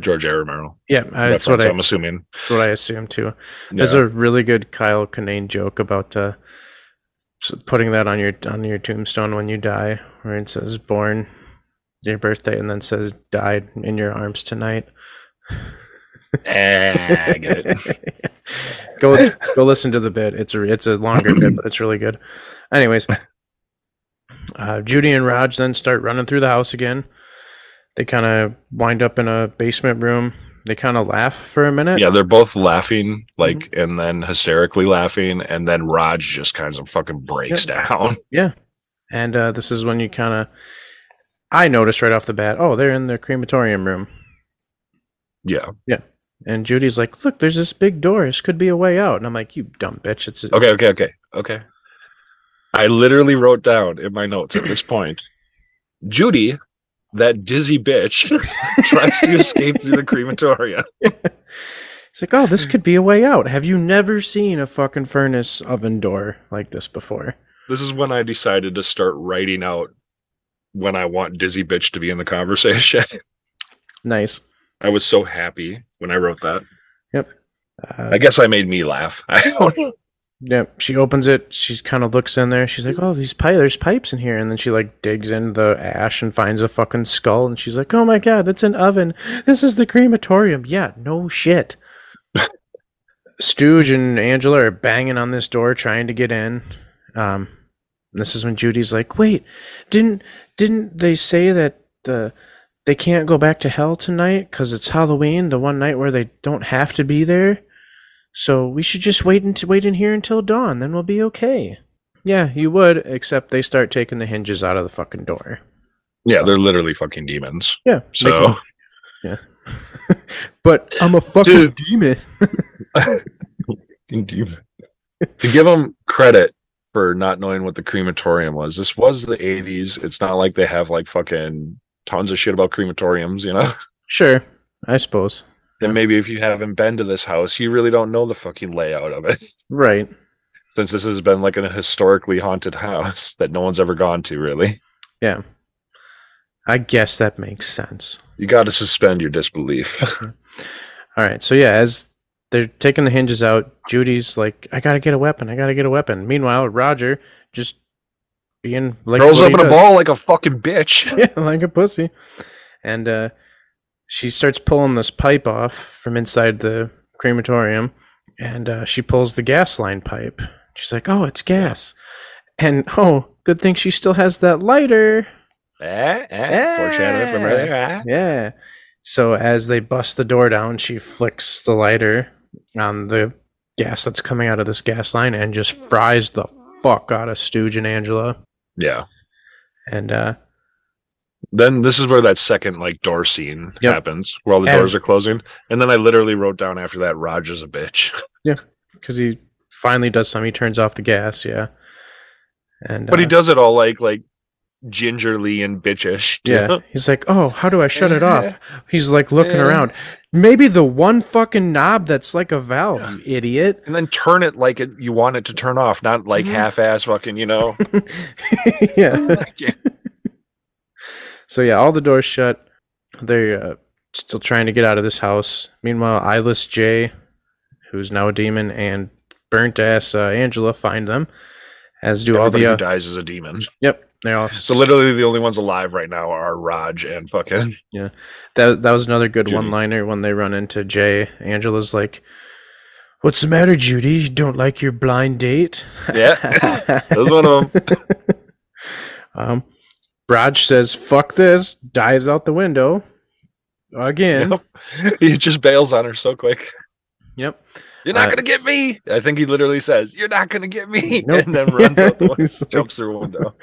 B: George A. Romero.
C: yeah. Uh, that's what
B: Reference,
C: I
B: I'm assuming.
C: that's what I assume too. There's
B: Yeah.
C: a really good Kyle Kinane joke about uh, s- putting that on your on your tombstone when you die, where it says "born your birthday" and then says "died in your arms tonight."
B: Eh, I get it.
C: go go listen to the bit. It's a it's a longer bit, but it's really good. Anyways, uh, Judy and Raj then start running through the house again. They kind of wind up in a basement room. They kind of laugh for a minute.
B: Yeah, they're both laughing, like,
C: Mm-hmm.
B: and then hysterically laughing, and then Raj just kind of fucking breaks down.
C: And uh, this is when you kind of I noticed right off the bat. Oh, they're in the crematorium room.
B: Yeah.
C: And Judy's like, "Look, there's this big door. This could be a way out." And I'm like, "You dumb bitch!" It's
B: Okay. Okay. Okay. Okay. I literally wrote down in my notes at this point, Judy, that dizzy bitch, tries to escape through the crematoria.
C: It's like, oh, this could be a way out. Have you never seen a fucking furnace oven door like this before?
B: This is when I decided to start writing out when I want dizzy bitch to be in the conversation.
C: Nice.
B: I was so happy when I wrote that.
C: Uh,
B: I guess I made me laugh. I don't know.
C: yeah, she opens it. She kind of looks in there. She's like, "Oh, these pi- there's pipes in here." And then she like digs in the ash and finds a fucking skull. And she's like, "Oh my god, it's an oven. This is the crematorium." Yeah, no shit. Stooge and Angela are banging on this door trying to get in. Um, this is when Judy's like, "Wait, didn't didn't they say that the they can't go back to hell tonight because it's Halloween, the one night where they don't have to be there? So we should just wait and wait in here until dawn, then we'll be okay." Yeah, you would, except they start taking the hinges out of the fucking door.
B: Yeah, they're literally fucking demons.
C: Yeah, they
B: So
C: can- but I'm a fucking
B: Dude.
C: demon.
B: to give them credit for not knowing what the crematorium was, this was the 80s. It's not like they have like fucking tons of shit about crematoriums, you know?
C: Sure, I suppose.
B: And maybe if you haven't been to this house, you really don't know the fucking layout of it.
C: Right.
B: Since this has been like a historically haunted house that no one's ever gone to, really.
C: I guess that makes sense.
B: You got to suspend your disbelief.
C: All right. So yeah, as they're taking the hinges out, Judy's like, "I gotta get a weapon. I gotta get a weapon." Meanwhile, Roger just being like
B: Rolls
C: what
B: up
C: he
B: in a
C: does.
B: ball like a fucking bitch.
C: yeah, like a pussy, and uh, she starts pulling this pipe off from inside the crematorium, and uh, she pulls the gas line pipe. She's like, "Oh, it's gas," and oh, good thing she still has that lighter.
B: eh, eh, foreshadowing from earlier. eh?
C: Yeah. So as they bust the door down, she flicks the lighter on the gas that's coming out of this gas line and just fries the fuck out of Stooge and Angela.
B: Yeah.
C: And uh
B: then this is where that second like door scene
C: Yep.
B: happens where all the
C: Ev-
B: doors are closing and then i literally wrote down after that raj is a bitch
C: because he finally does something, he turns off the gas, yeah. And
B: but he
C: uh,
B: does it all like like gingerly and bitchish too.
C: Yeah. He's like, Oh, how do I shut it off?
B: Yeah.
C: He's like looking
B: Yeah.
C: around. Maybe the one fucking knob that's like a valve, you idiot.
B: and then turn it like it, you want it to turn off not like
C: Mhm.
B: half-ass fucking you know
C: yeah.
B: Yeah.
C: so yeah, all the doors shut. They're uh, still trying to get out of this house. Meanwhile, Eyeless Jay, who's now a demon, and burnt ass uh, Angela find them, as do all
B: everybody
C: the
B: who
C: uh,
B: dies is a demon
C: yep, They all
B: So literally, the only ones alive right now are Raj and fucking.
C: That that was another good
B: Judy.
C: one-liner when they run into Jay. Angela's like, "What's the matter, Judy? You don't like your blind date?"
B: Yeah, that was one of them.
C: um, Raj says, "Fuck this!" Dives out the window again. Yep.
B: Yep. He just bails on her so quick. You're not
C: Uh,
B: gonna get me. I think he literally says, "You're not gonna get me,"
C: Nope.
B: and then runs out the window,
C: He's like-
B: jumps through a window.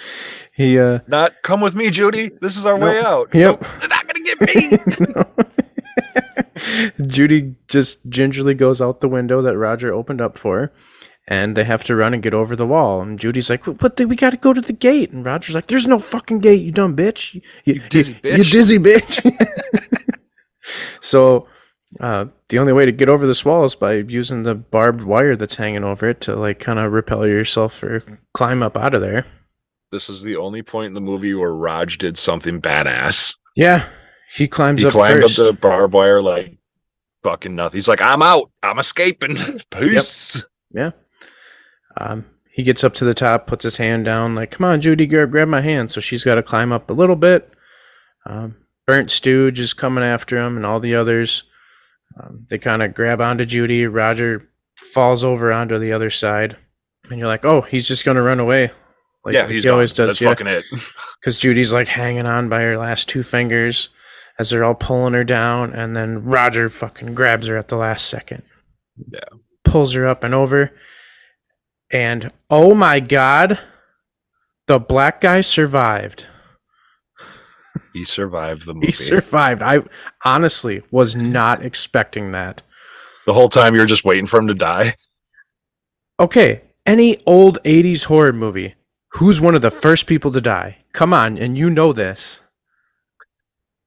C: He uh.
B: Not come with me, Judy. This is our
C: Nope.
B: way out.
C: Yep.
B: They're not gonna get me.
C: Judy just gingerly goes out the window that Roger opened up for her, and they have to run and get over the wall. And Judy's like, "But the, we got to go to the gate." And Roger's like, "There's no fucking gate, you dumb bitch. You, you-
B: dizzy
C: you-
B: bitch."
C: You dizzy bitch." so, uh, the only way to get over this wall is by using the barbed wire that's hanging over it to like kind of repel yourself or climb up out of there.
B: this is the only point in the movie where Raj did something badass.
C: Yeah, he climbs
B: He
C: up
B: climbed
C: first.
B: up the barbed wire like fucking nothing. He's like, "I'm out. I'm escaping. Peace."
C: Yeah. Um, he gets up to the top, puts his hand down, like, come on, Judy, grab, grab my hand. So she's got to climb up a little bit. Um, Burnt Stooge is coming after him and all the others. Um, they kind of grab onto Judy. Roger falls over onto the other side. And you're like, oh, he's just going to run away. Like,
B: yeah,
C: like
B: he's
C: he always
B: gone.
C: does.
B: That's
C: yeah.
B: fucking it.
C: Because Judy's like hanging on by her last two fingers as they're all pulling her down. And then Roger fucking grabs her at the last second.
B: Yeah.
C: Pulls her up and over. And oh my God, the black guy survived.
B: He survived the movie.
C: He survived. I honestly was not expecting that.
B: the whole time you're just waiting for him to die.
C: Okay, any old 80s horror movie, who's one of the first people to die? Come on, and you know this.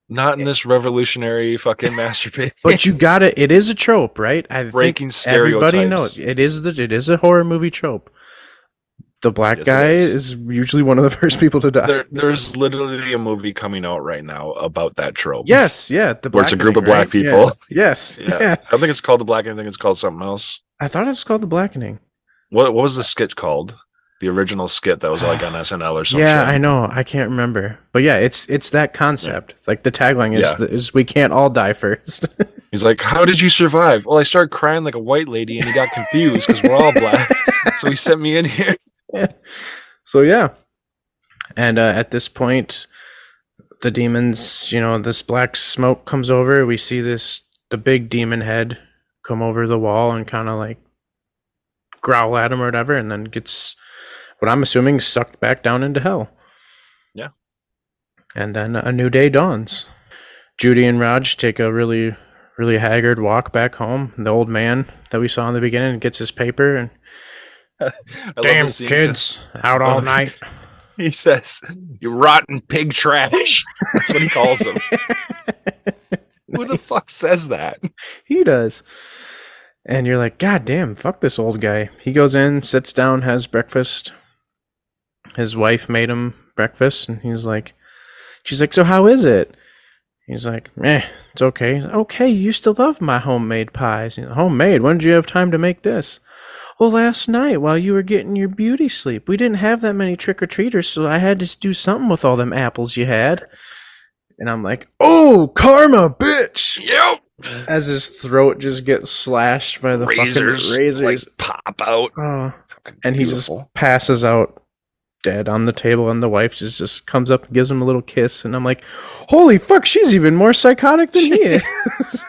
B: Not in this revolutionary fucking masterpiece.
C: But you gotta. It is a trope, right? I
B: Breaking
C: think everybody
B: stereotypes.
C: knows it is. The, it is a horror movie trope. The black
B: Yes, it
C: guy is.
B: is.
C: usually one of the first people to die.
B: there, there's literally a movie coming out right now about that trope.
C: yes, yeah. The
B: Where it's a group of black
C: right?
B: people.
C: Yes, yes,
B: Yeah.
C: yeah.
B: I don't think it's called the blackening. I think it's called something else.
C: I thought it was called the blackening.
B: What what was the skit called? The original skit that was like on SNL or something.
C: yeah, I know. I can't remember, but yeah, it's it's that concept. Like the tagline is
B: Yeah.
C: the- is we can't all die first.
B: He's like, "How did you survive?" Well, I started crying like a white lady, and he got confused because we're all black. so he sent me in here.
C: So yeah, and uh, at this point, the demons, you know, this black smoke comes over. We see this the big demon head come over the wall and kind of like growl at him or whatever, and then gets what I'm assuming sucked back down into hell.
B: Yeah.
C: And then a new day dawns. Judy and Raj take a really, really haggard walk back home. The old man that we saw in the beginning gets his paper and
B: I love
C: damn
B: the scene.
C: kids out all
B: Okay.
C: night.
B: He says, "You rotten pig trash." That's what he calls him. Who the fuck says that?
C: he does. And you're like, God damn, fuck this old guy. He goes in, sits down, has breakfast. His wife made him breakfast, and he's like, She's like, So how is it? He's like, Eh, it's okay. Okay, you used to love my homemade pies. You know, homemade? When did you have time to make this? Well, last night while you were getting your beauty sleep, we didn't have that many trick or treaters, so I had to do something with all them apples you had. And I'm like, Oh, karma, bitch!
B: Yep.
C: as his throat just gets slashed by the
B: razors,
C: fucking razors.
B: like, pop out,
C: oh.
B: Fucking
C: And he just
B: beautiful.
C: passes out dead on the table, and the wife just, just comes up and gives him a little kiss. And I'm like, holy fuck, she's even more psychotic than he is.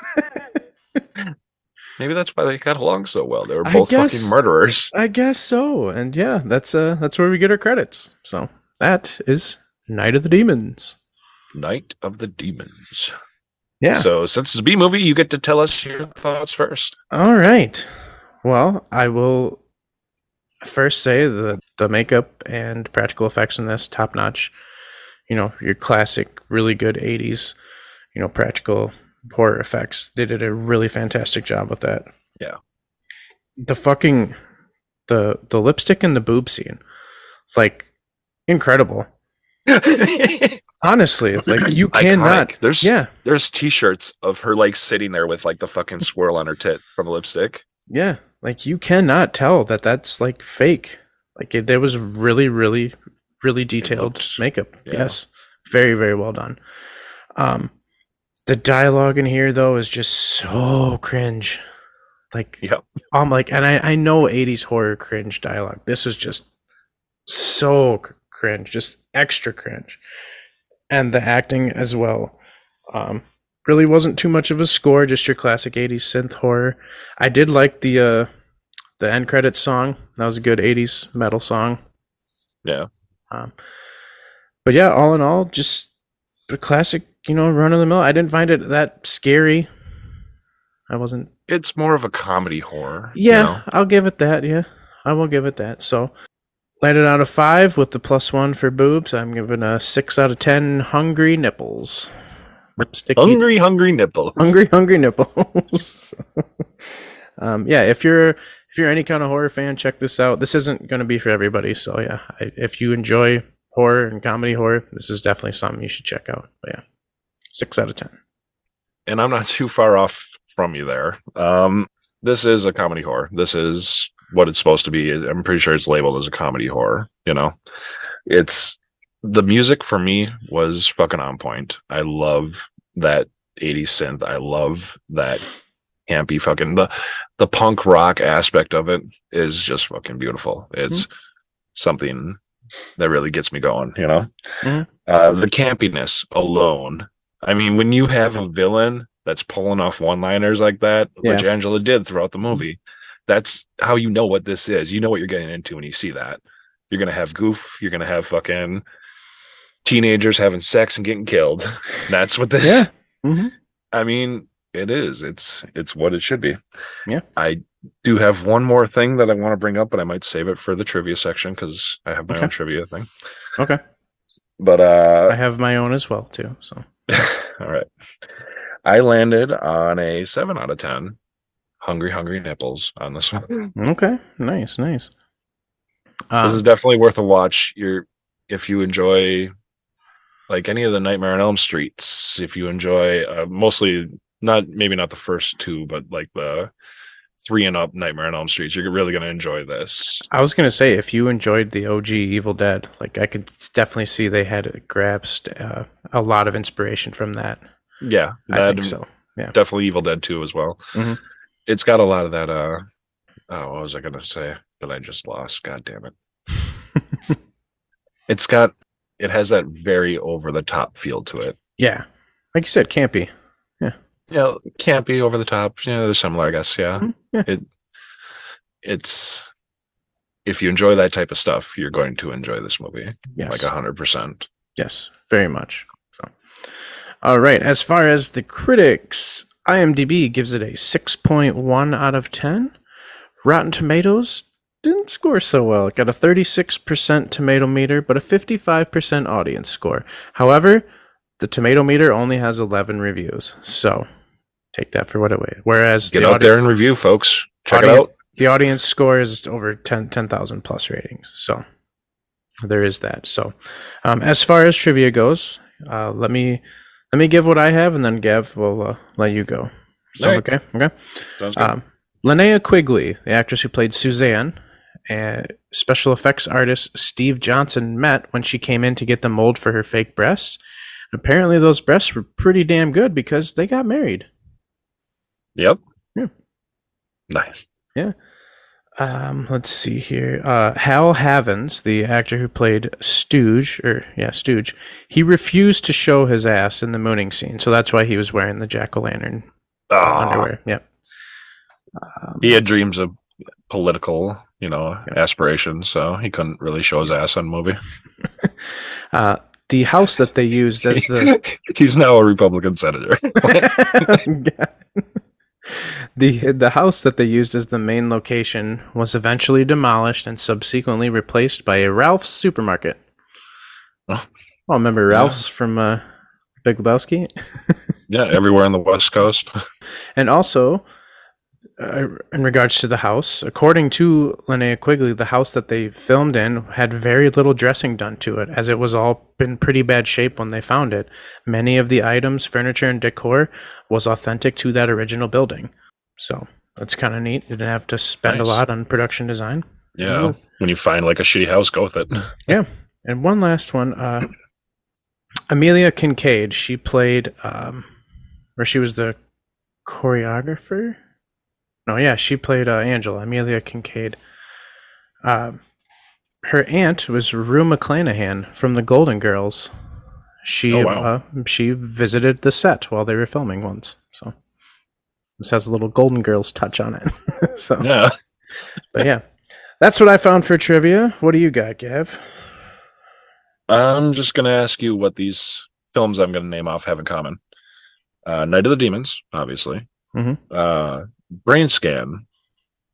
B: Maybe that's why they got along so well. They were
C: I
B: both
C: guess-
B: fucking murderers.
C: I guess so. And yeah, that's uh, that's where we get our credits. So that is Night of the Demons.
B: Night of the Demons.
C: Yeah.
B: So since it's a B movie, you get to tell us your thoughts first.
C: All right. Well, I will first say the the makeup and practical effects in this top notch. You know, your classic, really good '80s, you know, practical horror effects. They did a really fantastic job with that.
B: Yeah.
C: The fucking the the lipstick and the boob scene, like incredible. Honestly, like you cannot.
B: Iconic. There's
C: Yeah,
B: there's t-shirts of her like sitting there with like the fucking swirl on her tit from a lipstick.
C: Yeah, like you cannot tell that that's like fake. Like it, there was really, really, really detailed
B: looks-
C: makeup.
B: yeah.
C: Yes, very very well done. Um, the dialogue in here though is just so cringe. Like
B: Yep.
C: I'm like, and I I know '80s horror cringe dialogue. This is just so cr- cringe, just extra cringe, and the acting as well. Um, really wasn't too much of a score, just your classic '80s synth horror. I did like the uh the end credits song. That was a good '80s metal song.
B: Yeah.
C: Um, but yeah, all in all, just the classic, you know, run of the mill. I didn't find it that scary. I wasn't.
B: It's more of a comedy horror. you
C: Yeah,
B: know?
C: I'll give it that. Yeah, I will give it that. So, landed out of five with the plus one for boobs. I'm giving a six out of ten. Hungry nipples. Sticky-
B: Hungry, hungry nipples.
C: hungry hungry nipples um yeah if you're if you're any kind of horror fan check this out this isn't going to be for everybody so yeah I, if you enjoy horror and comedy horror this is definitely something you should check out but yeah six out of ten
B: and I'm not too far off from you there. Um, this is a comedy horror. This is what it's supposed to be. I'm pretty sure it's labeled as a comedy horror. You know, it's the music for me was fucking on point. I love that 80s synth. I love that campy fucking the the punk rock aspect of it is just fucking beautiful. It's something that really gets me going. You know,
C: Mhm.
B: uh, the campiness alone I mean, when you have a villain that's pulling off one liners like that, which Angela did throughout the movie, that's how you know what this is. You know what you're getting into when you see that. You're going to have goof. You're going to have fucking teenagers having sex and getting killed. That's what this,
C: Yeah. Mhm.
B: I mean, it is. It's, it's what it should be.
C: Yeah.
B: I do have one more thing that I want to bring up, but I might save it for the trivia section because I have my
C: Okay.
B: own trivia thing.
C: okay
B: But, uh,
C: i have my own as well too so
B: All right. I landed on a seven out of 10. Hungry, hungry nipples on this one.
C: okay nice nice
B: this
C: um,
B: is definitely worth a watch. You're, if you enjoy like any of the Nightmare on Elm Streets, if you enjoy uh, mostly not maybe not the first two, but like the three and up Nightmare on Elm Streets, you're really going to enjoy this.
C: i was going to say if you enjoyed the og evil dead like i could definitely see they had grasped uh, a lot of inspiration from that
B: Yeah.
C: i
B: that
C: think
B: and
C: so
B: Definitely Evil Dead 2 as well.
C: Mhm.
B: It's got a lot of that. Uh, oh, what was I going to say that I just lost? God damn it. it's got it has that very over the top feel to it.
C: Yeah. Like you said, campy.
B: Yeah, can't be over the top. Yeah, they're similar, I guess. Yeah,
C: Mhm, yeah.
B: it it's if you enjoy that type of stuff, you're going to enjoy this movie
C: Yes.
B: like a hundred percent.
C: Yes, very much. So. All right. As far as the critics, IMDb gives it a 6.1 out of 10. Rotten Tomatoes didn't score so well. It got a 36% tomato meter, but a 55% audience score. However, the tomato meter only has 11 reviews. So take that for what it was. Whereas
B: Get
C: the
B: out
C: audi-
B: there and review, folks. Check
C: audio-
B: it out.
C: the audience score is over 10 10,000 plus ratings. So there is that. So um, as far as trivia goes, uh, let me let me give what I have, and then Gav will uh, let you go. So
B: All right.
C: okay, okay.
B: Sounds good.
C: Um, Linnea Quigley, the actress who played Suzanne, and special effects artist Steve Johnson met when she came in to get the mold for her fake breasts. Apparently, those breasts were pretty damn good because they got married.
B: yep.
C: yeah.
B: Nice.
C: Um, let's see here. Uh, Hal Havens, the actor who played Stooge, or yeah, Stooge, he refused to show his ass in the mooning scene, so that's why he was wearing the jack o' lantern
B: Ah,
C: underwear. Yep. Um,
B: he had dreams of political, you know,
C: Yeah.
B: aspirations, so he couldn't really show his ass on movie.
C: uh, the house that they used as the
B: He's now a Republican senator.
C: the the house that they used as the main location was eventually demolished and subsequently replaced by a Ralph's supermarket.
B: Oh.
C: Oh, remember Ralph's from uh, Big Lebowski?
B: yeah, everywhere on the West Coast.
C: And also, uh, in regards to the house, according to Linnea Quigley, the house that they filmed in had very little dressing done to it, as it was all in pretty bad shape when they found it. Many of the items, furniture, and decor was authentic to that original building. So that's kind of neat. You didn't have to spend
B: Nice.
C: a lot on production design.
B: Yeah. When you find like a shitty house, go with it.
C: Yeah, And one last one. Uh, Amelia Kincaid. She played, um, or she was the choreographer. No, yeah, she played uh, Angela. Amelia Kincaid. Um, her aunt was Rue McClanahan from The Golden Girls. She
B: Oh, wow.
C: uh, she visited the set while they were filming once. So this has a little Golden Girls touch on it. so,
B: Yeah.
C: but yeah, that's what I found for trivia. What do you got, Gav?
B: I'm just going to ask you what these films I'm going to name off have in common. Uh, Night of the Demons, obviously.
C: Mhm.
B: Uh, Brain Scan,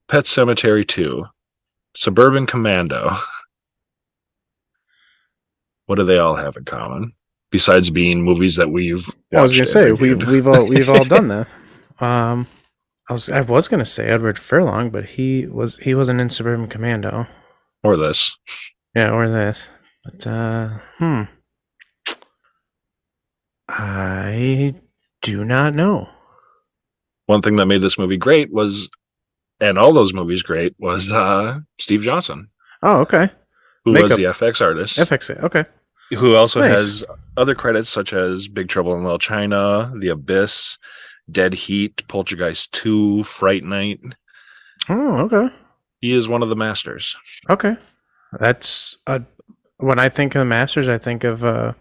B: Pet Cemetery 2, Suburban Commando. what do they all have in common besides being movies that we've watched?
C: I was gonna
B: and
C: say we've
B: reviewed?
C: we've all we've all done that. Um, I was I was gonna say Edward Furlong, but he was he wasn't in Suburban Commando.
B: or this.
C: Yeah, or this. But uh, hmm, I do not know.
B: One thing that made this movie great was, and all those movies great, was uh, Steve Johnson,
C: Oh, okay.
B: who
C: Makeup.
B: was the FX artist.
C: FX. Okay.
B: who also
C: Nice.
B: has other credits such as Big Trouble in Little China, The Abyss, Dead Heat, Poltergeist 2, Fright Night.
C: Oh, okay.
B: He is one of the masters.
C: Okay. That's uh, when I think of the Masters, I think of uh,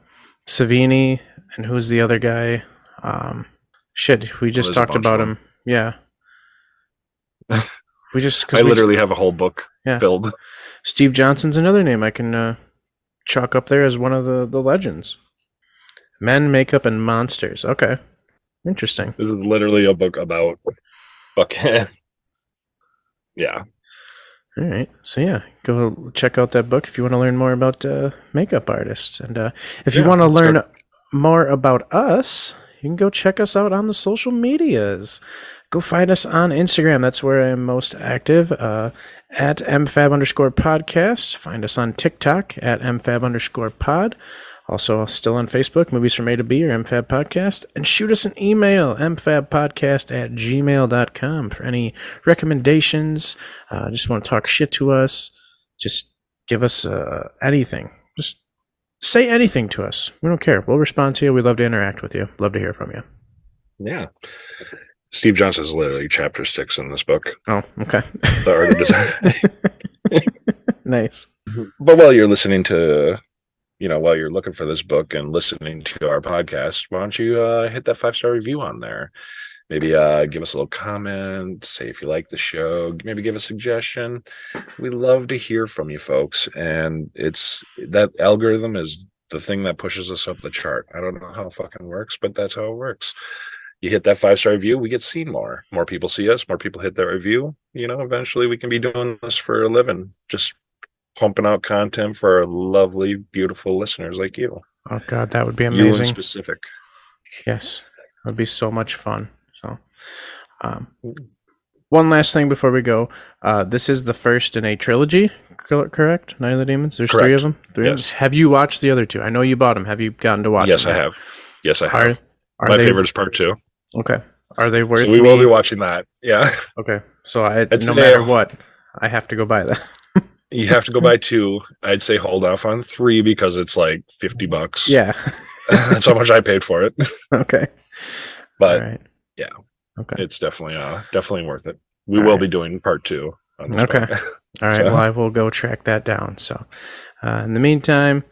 C: Savini and who's the other guy? Um, shit, we just
B: there's a
C: talked
B: bunch
C: about
B: of
C: him. Yeah. We just
B: I
C: because
B: literally have a whole book
C: Yeah.
B: filled.
C: Steve Johnson's another name I can uh, chalk up there as one of the the legends. Men, makeup, and monsters. Okay, interesting.
B: This is literally a book about fucking. yeah.
C: All right. So yeah, go check out that book if you want to learn more about uh, makeup artists, and uh, if you
B: Yeah,
C: want to
B: let's
C: learn more about us, you can go check us out on the social medias. Go find us on Instagram. That's where I'm most active. Uh, at mfab underscore podcast. Find us on TikTok at mfab underscore pod. Also, still on Facebook, Movies from A to B or MFAB Podcast. And shoot us an email, mfabpodcast at gmail.com for any recommendations. Uh, just want to talk shit to us. Just give us uh, anything. Just say anything to us. We don't care. We'll respond to you. We love to interact with you. Love to hear from you.
B: Yeah. Steve Johnson is literally chapter six in this book.
C: Oh, okay.
B: The art of design.
C: nice.
B: but while you're listening to you know while you're looking for this book and listening to our podcast why don't you uh, hit that five star review on there maybe uh, give us a little comment say if you like the show maybe give a suggestion we love to hear from you folks and it's that algorithm is the thing that pushes us up the chart i don't know how it fucking works but that's how it works you hit that five star review we get seen more more people see us more people hit that review you know eventually we can be doing this for a living just pumping out content for our lovely, beautiful listeners like you.
C: Oh, God, that would be
B: You in
C: amazing.
B: specific.
C: Yes, that would be so much fun. So, um,
B: Mm.
C: one last thing before we go. Uh, this is the first in a trilogy, cor- correct? Night of the Demons. There's three of them. Three of 'em?
B: Yes.
C: Have you watched the other two? I know you bought them. Have you gotten to watch?
B: Yes,
C: them
B: I
C: yet?
B: have. Yes, I have.
C: Are, are
B: My
C: they,
B: favorite is part two.
C: Okay. Are they worth?
B: So we will
C: me-
B: be watching that. Yeah.
C: Okay. So I,
B: It's
C: no
B: there.
C: matter what, I have to go buy that.
B: You have to go buy two. I'd say hold off on three because it's like 50 bucks.
C: yeah.
B: That's how much I paid for it.
C: okay.
B: But
C: All right.
B: yeah.
C: Okay.
B: it's definitely uh definitely worth it. We
C: All
B: will
C: right.
B: be doing part two. on this
C: Okay.
B: podcast.
C: All right.
B: So-
C: Well, I will go track that down. So, uh, in the meantime,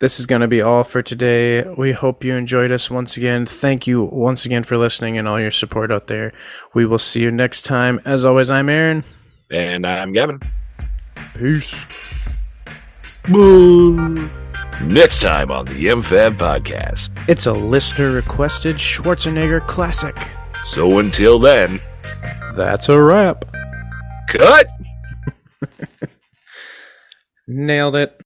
C: this is going to be all for today. We hope you enjoyed us once again. Thank you once again for listening and all your support out there. We will see you next time. As always, I'm Aaron.
B: And I'm Gavin.
C: Peace.
B: Next time on the MFAB podcast.
C: It's a listener requested Schwarzenegger classic.
B: So until then,
C: That's a wrap.
B: cut.
C: Nailed it.